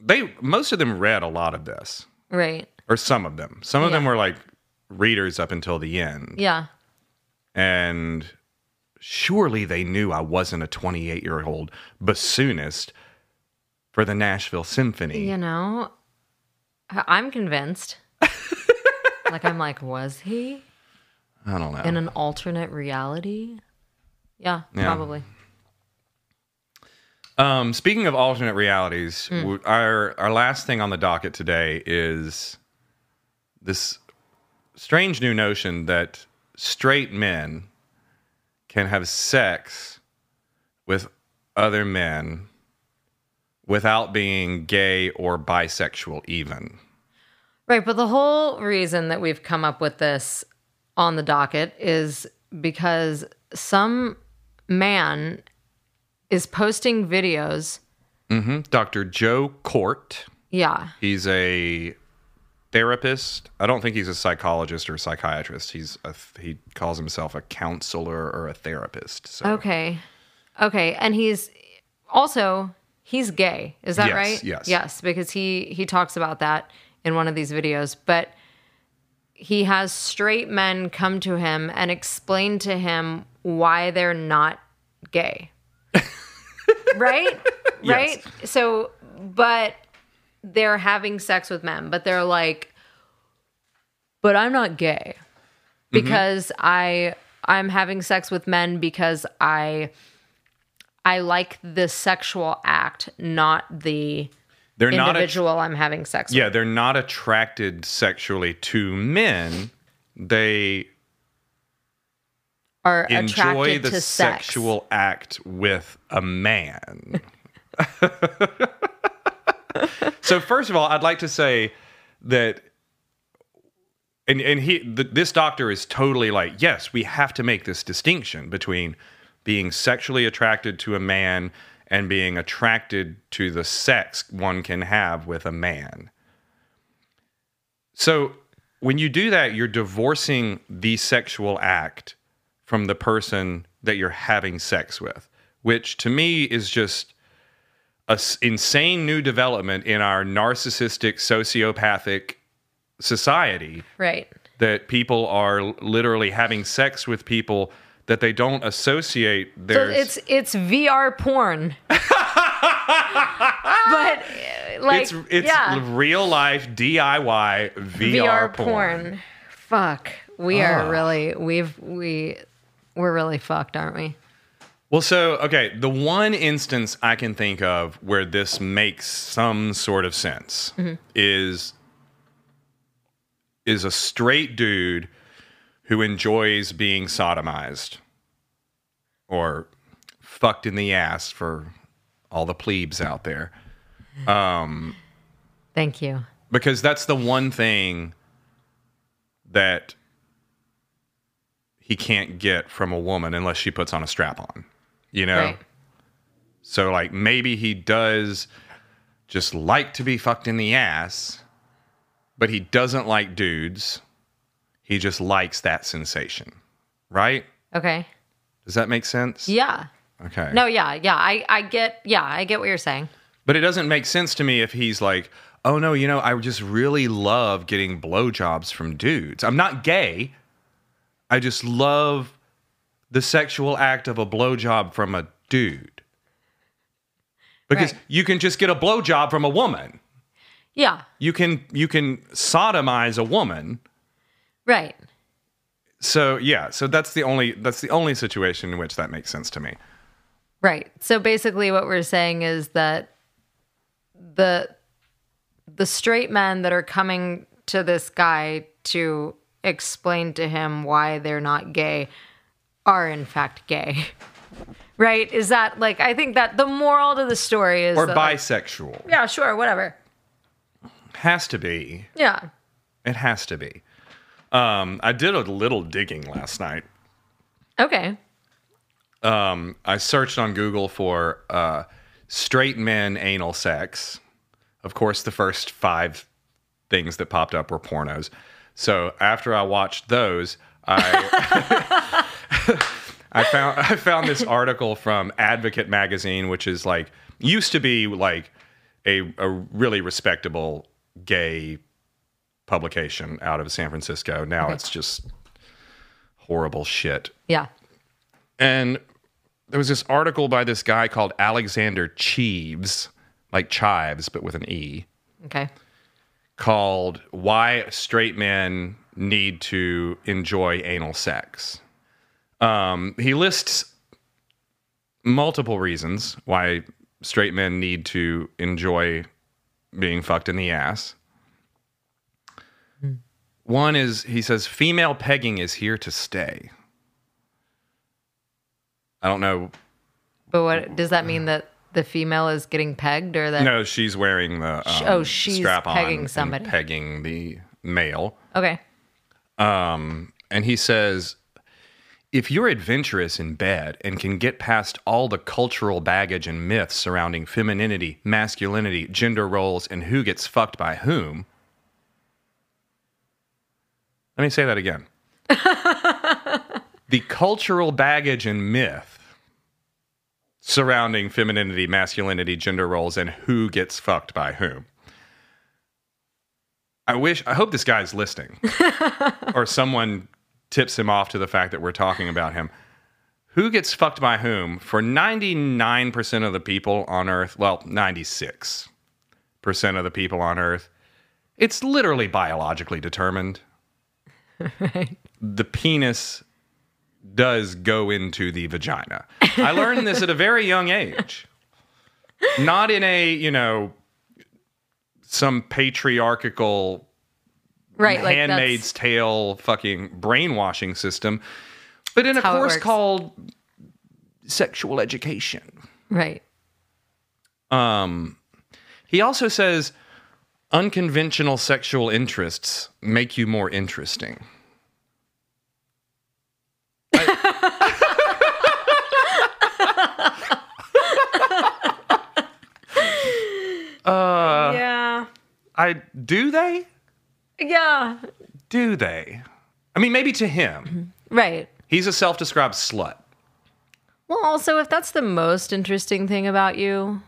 S4: they, most of them read a lot of this.
S3: Right.
S4: or some of them. Some of them
S3: Yeah.
S4: were like readers up until the end.
S3: Yeah.
S4: And surely they knew I wasn't a 28 year old bassoonist for the Nashville Symphony.
S3: You know, I- I'm convinced. like I'm like, was he
S4: I don't know.
S3: in an alternate reality? Yeah,
S4: Yeah.
S3: probably.
S4: Um, speaking of alternate realities, w our our last thing on the docket today is this strange new notion that straight men can have sex with other men without being gay or bisexual, even.
S3: Right, but the whole reason that we've come up with this on the docket is because some man is posting videos.
S4: Dr. Joe Court.
S3: Yeah.
S4: He's a therapist. I don't think he's a psychologist or a psychiatrist. He's a, he calls himself a counselor or a therapist. So
S3: Okay. Okay, and he's also he's gay. Is that
S4: Yes,
S3: right?
S4: yes.
S3: Yes, because he he talks about that in one of these videos, but he has straight men come to him and explain to him why they're not gay. right? Right? So but they're having sex with men, but they're like but I'm not gay
S4: Mm-hmm.
S3: because I I'm having sex with men because I I like the sexual act, not the
S4: they're not a,
S3: individual I'm having sex with.
S4: yeah, they're not attracted sexually to men. They
S3: Are
S4: enjoy
S3: attracted
S4: the
S3: to sex.
S4: sexual act with a man. so first of all, I'd like to say that and and he th- this doctor is totally like, yes, we have to make this distinction between being sexually attracted to a man and being attracted to the sex one can have with a man. So when you do that, you're divorcing the sexual act from the person that you're having sex with, which to me is just an insane new development in our narcissistic, sociopathic society
S3: Right.
S4: that people are literally having sex with people that they don't associate
S3: So
S4: their
S3: it's it's VR porn. but uh, like
S4: it's, it's
S3: yeah,
S4: real life DIY VR,
S3: VR
S4: porn.
S3: porn. Fuck. We are really we've we we're really fucked, aren't we?
S4: Well, so, okay, the one instance I can think of where this makes some sort of sense is is a straight dude who enjoys being sodomized or fucked in the ass for all the plebes out there
S3: Thank you.
S4: because that's the one thing that he can't get from a woman unless she puts on a strap on you know
S3: Right.
S4: so like maybe he does just like to be fucked in the ass but he doesn't like dudes he just likes that sensation right
S3: Okay.
S4: does that make sense
S3: Yeah.
S4: okay
S3: No, yeah, yeah. I, I get yeah, I get what you're saying.
S4: But it doesn't make sense to me if he's like, oh no, you know, I just really love getting blowjobs from dudes. I'm not gay. I just love the sexual act of a blowjob from a dude. Because
S3: Right.
S4: you can just get a blowjob from a woman.
S3: Yeah.
S4: You can you can sodomize a woman.
S3: Right.
S4: So yeah, so that's the only that's the only situation in which that makes sense to me.
S3: Right. So basically what we're saying is that the the straight men that are coming to this guy to explain to him why they're not gay are in fact gay. Right? Is that like I think that the moral to the story is
S4: Or
S3: that, like,
S4: bisexual.
S3: Yeah, sure, whatever.
S4: Has to be.
S3: Yeah.
S4: It has to be. Um, I did a little digging last night.
S3: Okay.
S4: I searched on Google for uh, straight men anal sex. Of course, the first five things that popped up were pornos. So after I watched those, I I found I found this article from Advocate magazine, which is like used to be like a a really respectable gay publication out of San Francisco. Now it's just horrible shit
S3: Yeah.
S4: and there was this article by this guy called Alexander Cheeves, like chives but with an e,
S3: Okay.
S4: called "Why Straight Men Need to Enjoy Anal Sex." Um, he lists multiple reasons why straight men need to
S3: Hmm.
S4: enjoy being fucked in the ass. One is he says female pegging is here to stay. I don't know.
S3: But what does that mean that the female is getting pegged or that?
S4: No, she's wearing the um,
S3: oh, she's
S4: strap on
S3: pegging
S4: and
S3: somebody.
S4: pegging the male.
S3: Okay.
S4: And he says, if you're adventurous in bed and can get past all the cultural baggage and myths surrounding femininity, masculinity, gender roles, and who gets fucked by whom. Let me say that again. the cultural baggage and myth surrounding femininity, masculinity, gender roles, and who gets fucked by whom. I wish, I hope this guy's listening or someone tips him off to the fact that we're talking about him. Who gets fucked by whom? For 99% of the people on Earth, well, 96% of the people on Earth, it's literally biologically determined. The penis does go into the vagina. I learned this at a very young age. Not in a, you know, some patriarchal
S3: Right. Like
S4: handmaid's tale fucking brainwashing system but in a
S3: how it
S4: course
S3: works.
S4: called sexual education Um,
S3: that's- Right.
S4: he also says unconventional sexual interests make you more interesting Uh.
S3: yeah.
S4: i do they
S3: Yeah.
S4: do they i mean maybe to
S3: Mm-hmm.
S4: him
S3: Right.
S4: he's a self-described slut
S3: Well, also, if that's the most interesting thing about you,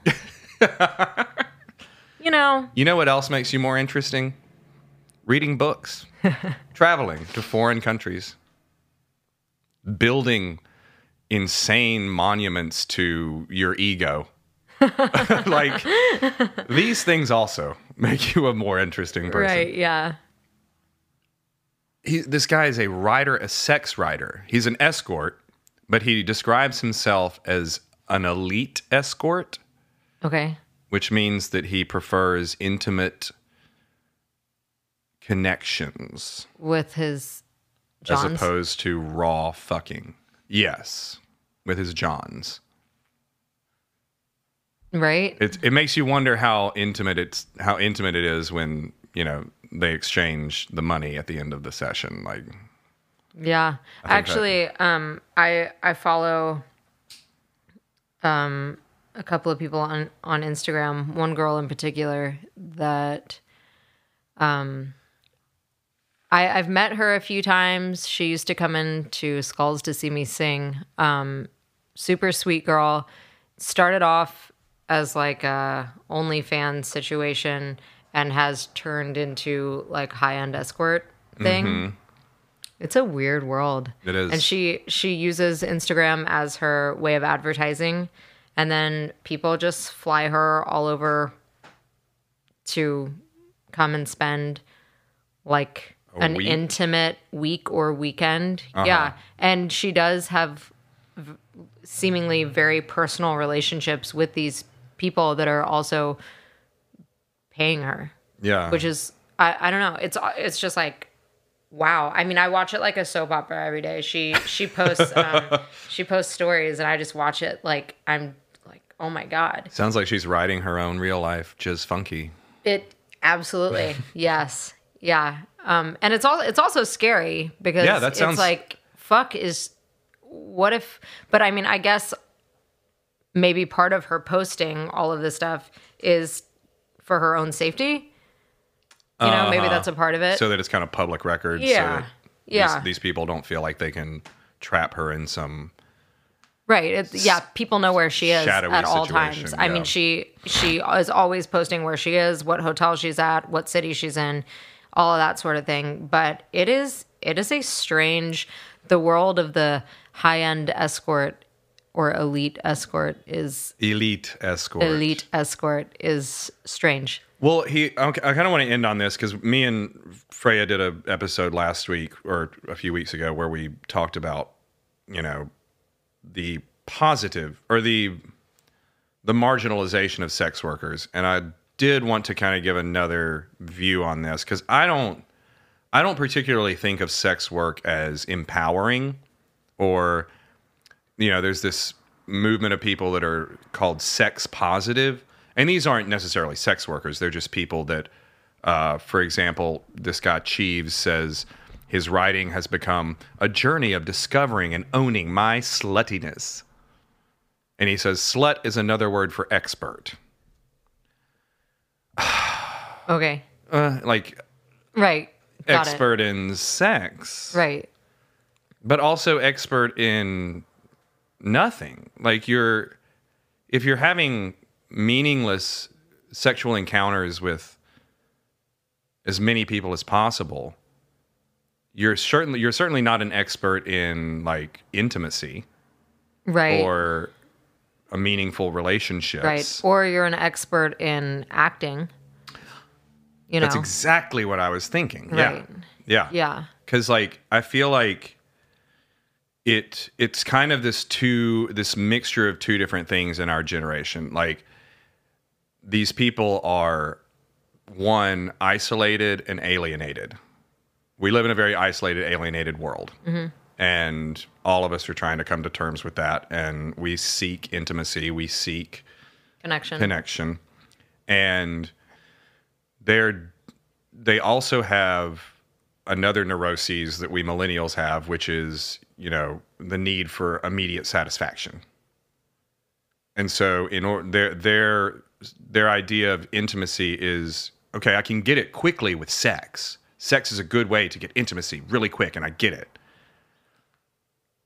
S3: you know,
S4: you know what else makes you more interesting reading books traveling to foreign countries building insane monuments to your ego. like these things also make you a more interesting person.
S3: right? Yeah.
S4: He, this guy is a writer, a sex writer. He's an escort, but he describes himself as an elite escort,
S3: Okay.
S4: which means that he prefers intimate connections
S3: With his Johns.
S4: as opposed to raw fucking. Yes, with his Johns.
S3: right?
S4: it it makes you wonder how intimate it's how intimate it is when you know they exchange the money at the end of the session. Like
S3: Yeah. Actually, um I I follow um a couple of people on on Instagram, one girl in particular that um I I've met her a few times. She used to come in to Skulls to see me sing. Um super sweet girl. Started off as like a OnlyFans situation and has turned into like high-end escort thing. It's a weird world.
S4: Mm-hmm. It is.
S3: And she she uses Instagram as her way of advertising and then people just fly her all over to come and spend like an
S4: week?
S3: intimate week or weekend. Yeah. And she does have v- seemingly very personal relationships with these people that are also paying her
S4: yeah,
S3: which is I, I don't know. It's it's just like wow. I mean, I watch it like a soap opera every day. She she posts um, she posts stories, and I just watch it like I'm like oh my god.
S4: sounds like she's writing her own real life jizz funky.
S3: It absolutely yes yeah. Um, and it's all it's also scary because
S4: Yeah, that sounds-
S3: it's like fuck is what if? But I mean, I guess maybe part of her posting all of this stuff is for her own safety. You know, maybe that's a part of it.
S4: Uh-huh. So that it's kind of public record.
S3: Yeah.
S4: So that
S3: Yeah.
S4: These, these people don't feel like they can trap her in some.
S3: Right. It's, yeah. People know where she is at
S4: shadowy
S3: all
S4: situation,
S3: times. I
S4: yeah.
S3: mean, she she is always posting where she is, what hotel she's at, what city she's in, all of that sort of thing. But it is it is a strange. The world of the high end escort or elite escort is
S4: Elite escort.
S3: elite escort is strange.
S4: Well, he. okay, I kind of want to end on this because me and Freya did a episode last week or a few weeks ago where we talked about, you know, the positive or the the marginalization of sex workers, and I did want to kind of give another view on this because I don't. I don't particularly think of sex work as empowering or you know, there's this movement of people that are called sex positive, and these aren't necessarily sex workers. They're just people that, uh, for example, this guy Cheeves says his writing has become a journey of discovering and owning my sluttiness. And he says slut is another word for expert.
S3: Okay.
S4: Uh, like
S3: Right. Got it.
S4: expert in sex.
S3: Right.
S4: but also expert in nothing. Like you're if you're having meaningless sexual encounters with as many people as possible, you're certainly you're certainly not an expert in like intimacy
S3: Right.
S4: or a meaningful relationship.
S3: right. Or you're an expert in acting. You know.
S4: That's exactly what I was thinking.
S3: Right.
S4: Yeah. Yeah.
S3: yeah.
S4: because like i feel like it it's kind of this two this mixture of two different things in our generation like these people are one isolated and alienated we live in a very isolated alienated world and all of us are trying to come to terms with that and we seek intimacy we seek
S3: Connection.
S4: connection and they're they also have another neuroses that we millennials have which is you know the need for immediate satisfaction and so in order their their their idea of intimacy is okay i can get it quickly with sex sex is a good way to get intimacy really quick and i get it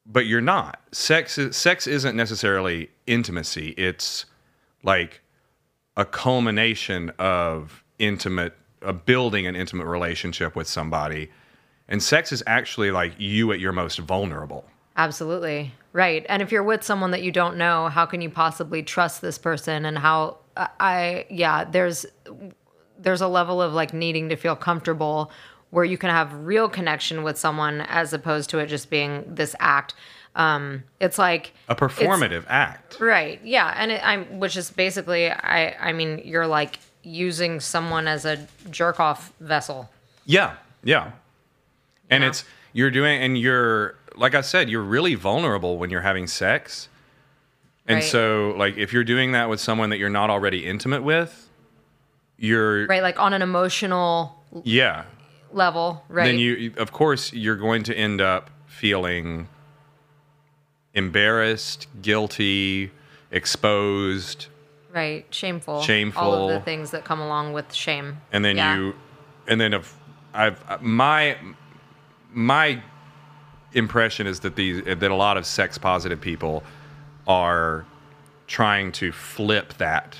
S4: but you're not sex is, sex isn't necessarily intimacy it's like a culmination of intimate uh, building an intimate relationship with somebody and sex is actually like you at your most vulnerable
S3: Absolutely. Right. And if you're with someone that you don't know, how can you possibly trust this person and how I- I yeah, there's there's a level of like needing to feel comfortable where you can have real connection with someone as opposed to it just being this act. Um it's like
S4: a performative act
S3: Right. Yeah. And it, I'm, which is basically, I, I mean, you're like using someone as a jerk off vessel.
S4: yeah yeah and it's you're doing and you're like i said you're really vulnerable when you're having sex and
S3: Right.
S4: so like if you're doing that with someone that you're not already intimate with you're
S3: Right. Like on an emotional
S4: yeah
S3: level. Right.
S4: then you of course you're going to end up feeling embarrassed guilty exposed
S3: right. Shameful. All
S4: Shameful.
S3: of the things that come along with shame.
S4: and then
S3: Yeah.
S4: you and then if i've my my impression is that these that a lot of sex positive people are trying to flip that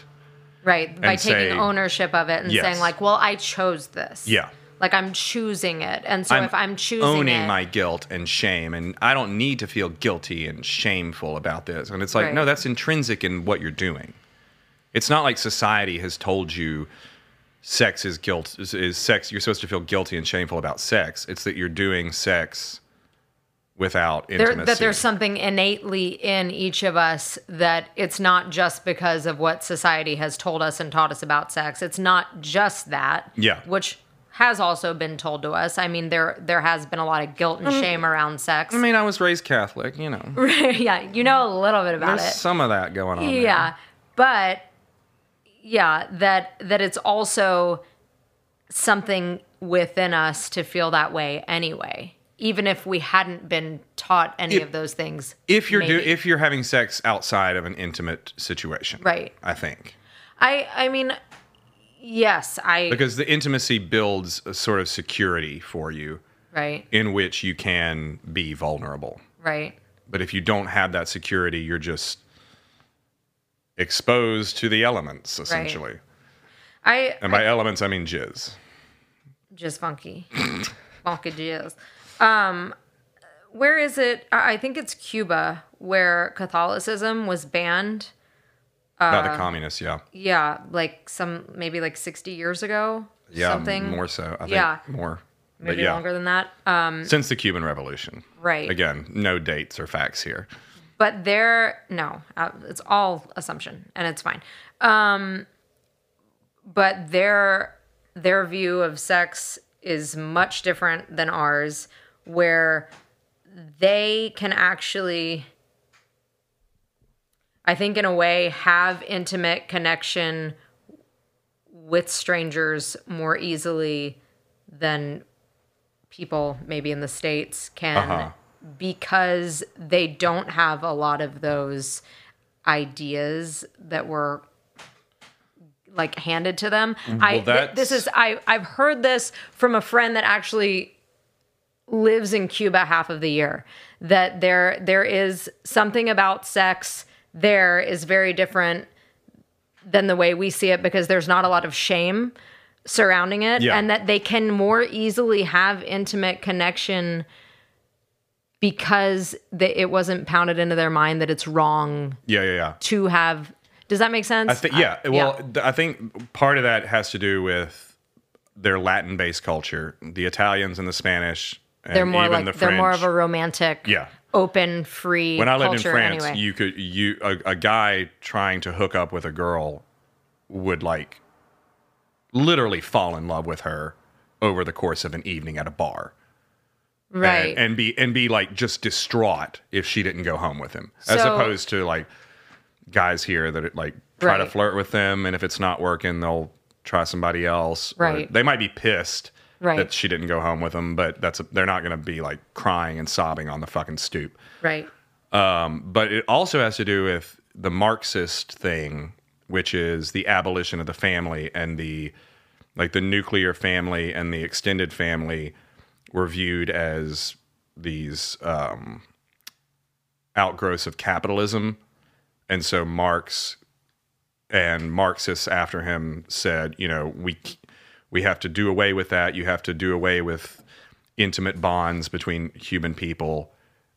S3: Right. By
S4: and
S3: taking
S4: say-
S3: ownership of it and
S4: Yes.
S3: saying, like, well, I chose this.
S4: Yeah.
S3: Like I'm choosing it. And so if I'm choosing
S4: owning
S3: it,
S4: my guilt and shame and i don't need to feel guilty and shameful about this and it's like
S3: Right.
S4: no that's intrinsic in what you're doing it's not like society has told you sex is guilt is, is sex you're supposed to feel guilty and shameful about sex it's that you're doing sex without
S3: there,
S4: intimacy
S3: that there's something innately in each of us that it's not just because of what society has told us and taught us about sex. It's not just that.
S4: Yeah.
S3: Which has also been told to us. I mean, there there has been a lot of guilt and shame around sex.
S4: i mean i was raised catholic you know
S3: yeah, you know a little bit about
S4: there's
S3: it.
S4: some of that going on there.
S3: Yeah, but yeah, that that it's also something within us to feel that way anyway, even if we hadn't been taught any
S4: If-
S3: of those things.
S4: if you're do,
S3: maybe.
S4: if you're having sex outside of an intimate situation
S3: Right.
S4: i think
S3: I I mean, yes, I
S4: because the intimacy builds a sort of security for you
S3: right
S4: in which you can be vulnerable.
S3: right
S4: But if you don't have that security, you're just exposed to the elements, essentially.
S3: I
S4: And by elements, I mean jizz.
S3: just funky, funky jizz. Um, where is it? I I think it's Cuba where Catholicism was banned.
S4: Not
S3: Uh,
S4: the communists, yeah.
S3: Yeah, like some maybe like sixty years ago.
S4: Yeah,
S3: something
S4: more so. I think
S3: yeah.
S4: more. But
S3: maybe
S4: yeah,
S3: longer than that. Um,
S4: since the Cuban Revolution.
S3: right.
S4: Again, no dates or facts here.
S3: But there, no, uh, it's all assumption, and it's fine. Um, but their their view of sex is much different than ours, where they can actually, I think, in a way, have intimate connection with strangers more easily than people maybe in the States can because they don't have a lot of those ideas that were like handed to them. I th-
S4: that's-
S3: this is I I've heard this from a friend that actually lives in Cuba half of the year that there there is something about sex there is very different than the way we see it because there's not a lot of shame surrounding it
S4: Yeah.
S3: and that they can more easily have intimate connection because the, it wasn't pounded into their mind that it's wrong
S4: Yeah, yeah, yeah.
S3: to have does that make sense
S4: I think yeah. Well, th- I think part of that has to do with their Latin-based culture. The Italians and the Spanish, and
S3: they're more
S4: even
S3: like
S4: the
S3: they're
S4: French.
S3: more of a romantic
S4: yeah.
S3: open free
S4: When I lived in
S3: culture
S4: France,
S3: anyway.
S4: you could you a, a guy trying to hook up with a girl would like literally fall in love with her over the course of an evening at a bar.
S3: right
S4: and, and be and be like just distraught if she didn't go home with him as
S3: So-
S4: opposed to like guys here that like try to
S3: Right.
S4: flirt with them and if it's not working they'll try somebody else or
S3: Right.
S4: they might be pissed
S3: Right.
S4: that she didn't go home with them but that's they're not going to be like crying and sobbing on the fucking stoop
S3: right
S4: but it also has to do with the Marxist thing, which is the abolition of the family and the like the nuclear family and the extended family were viewed as these um, outgrowths of capitalism, and so Marx and Marxists after him said, you know, we we have to do away with that. You have to do away with intimate bonds between human people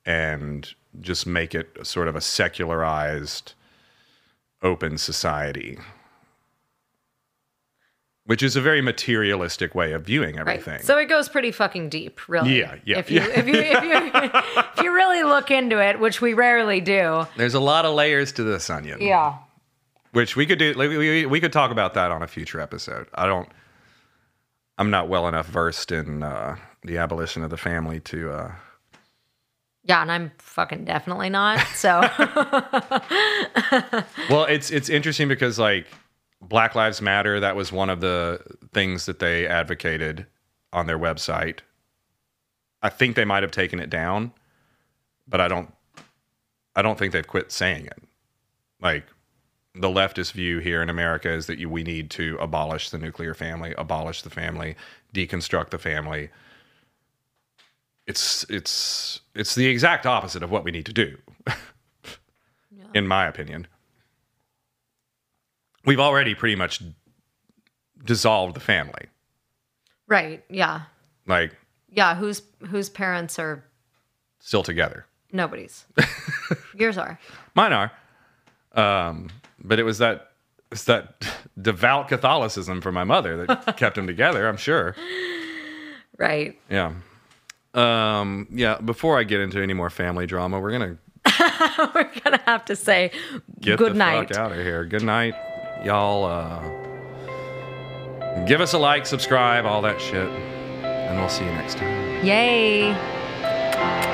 S4: and just make it sort of a secularized open society. Which is a very materialistic way of viewing
S3: Right.
S4: everything.
S3: So it goes pretty fucking deep, really.
S4: Yeah, yeah,
S3: If you
S4: yeah.
S3: if you if you if you really look into it, which we rarely do.
S4: There's a lot of layers to this onion.
S3: Yeah.
S4: which we could do like, we- we, we could talk about that on a future episode i don't i'm not well enough versed in uh, the abolition of the family to uh,
S3: Yeah, and I'm fucking definitely not. So
S4: well it's it's interesting because like black lives matter that was one of the things that they advocated on their website i think they might have taken it down but i don't i don't think they've quit saying it like the leftist view here in america is that you, we need to abolish the nuclear family abolish the family deconstruct the family it's it's it's the exact opposite of what we need to do in my opinion we've already pretty much dissolved the family.
S3: Right. Yeah.
S4: Like
S3: Yeah. Whose whose parents are
S4: still together.
S3: nobody's. Yours are.
S4: Mine are. Um, but it was that it's that devout Catholicism from my mother that kept them together, I'm sure.
S3: Right.
S4: Yeah. Um, yeah, before I get into any more family drama, we're gonna
S3: We're gonna have to say
S4: get
S3: good
S4: the
S3: night.
S4: fuck out of here. Good night, y'all. Uh, give us a like, subscribe, all that shit, and we'll see you next time.
S3: Yay.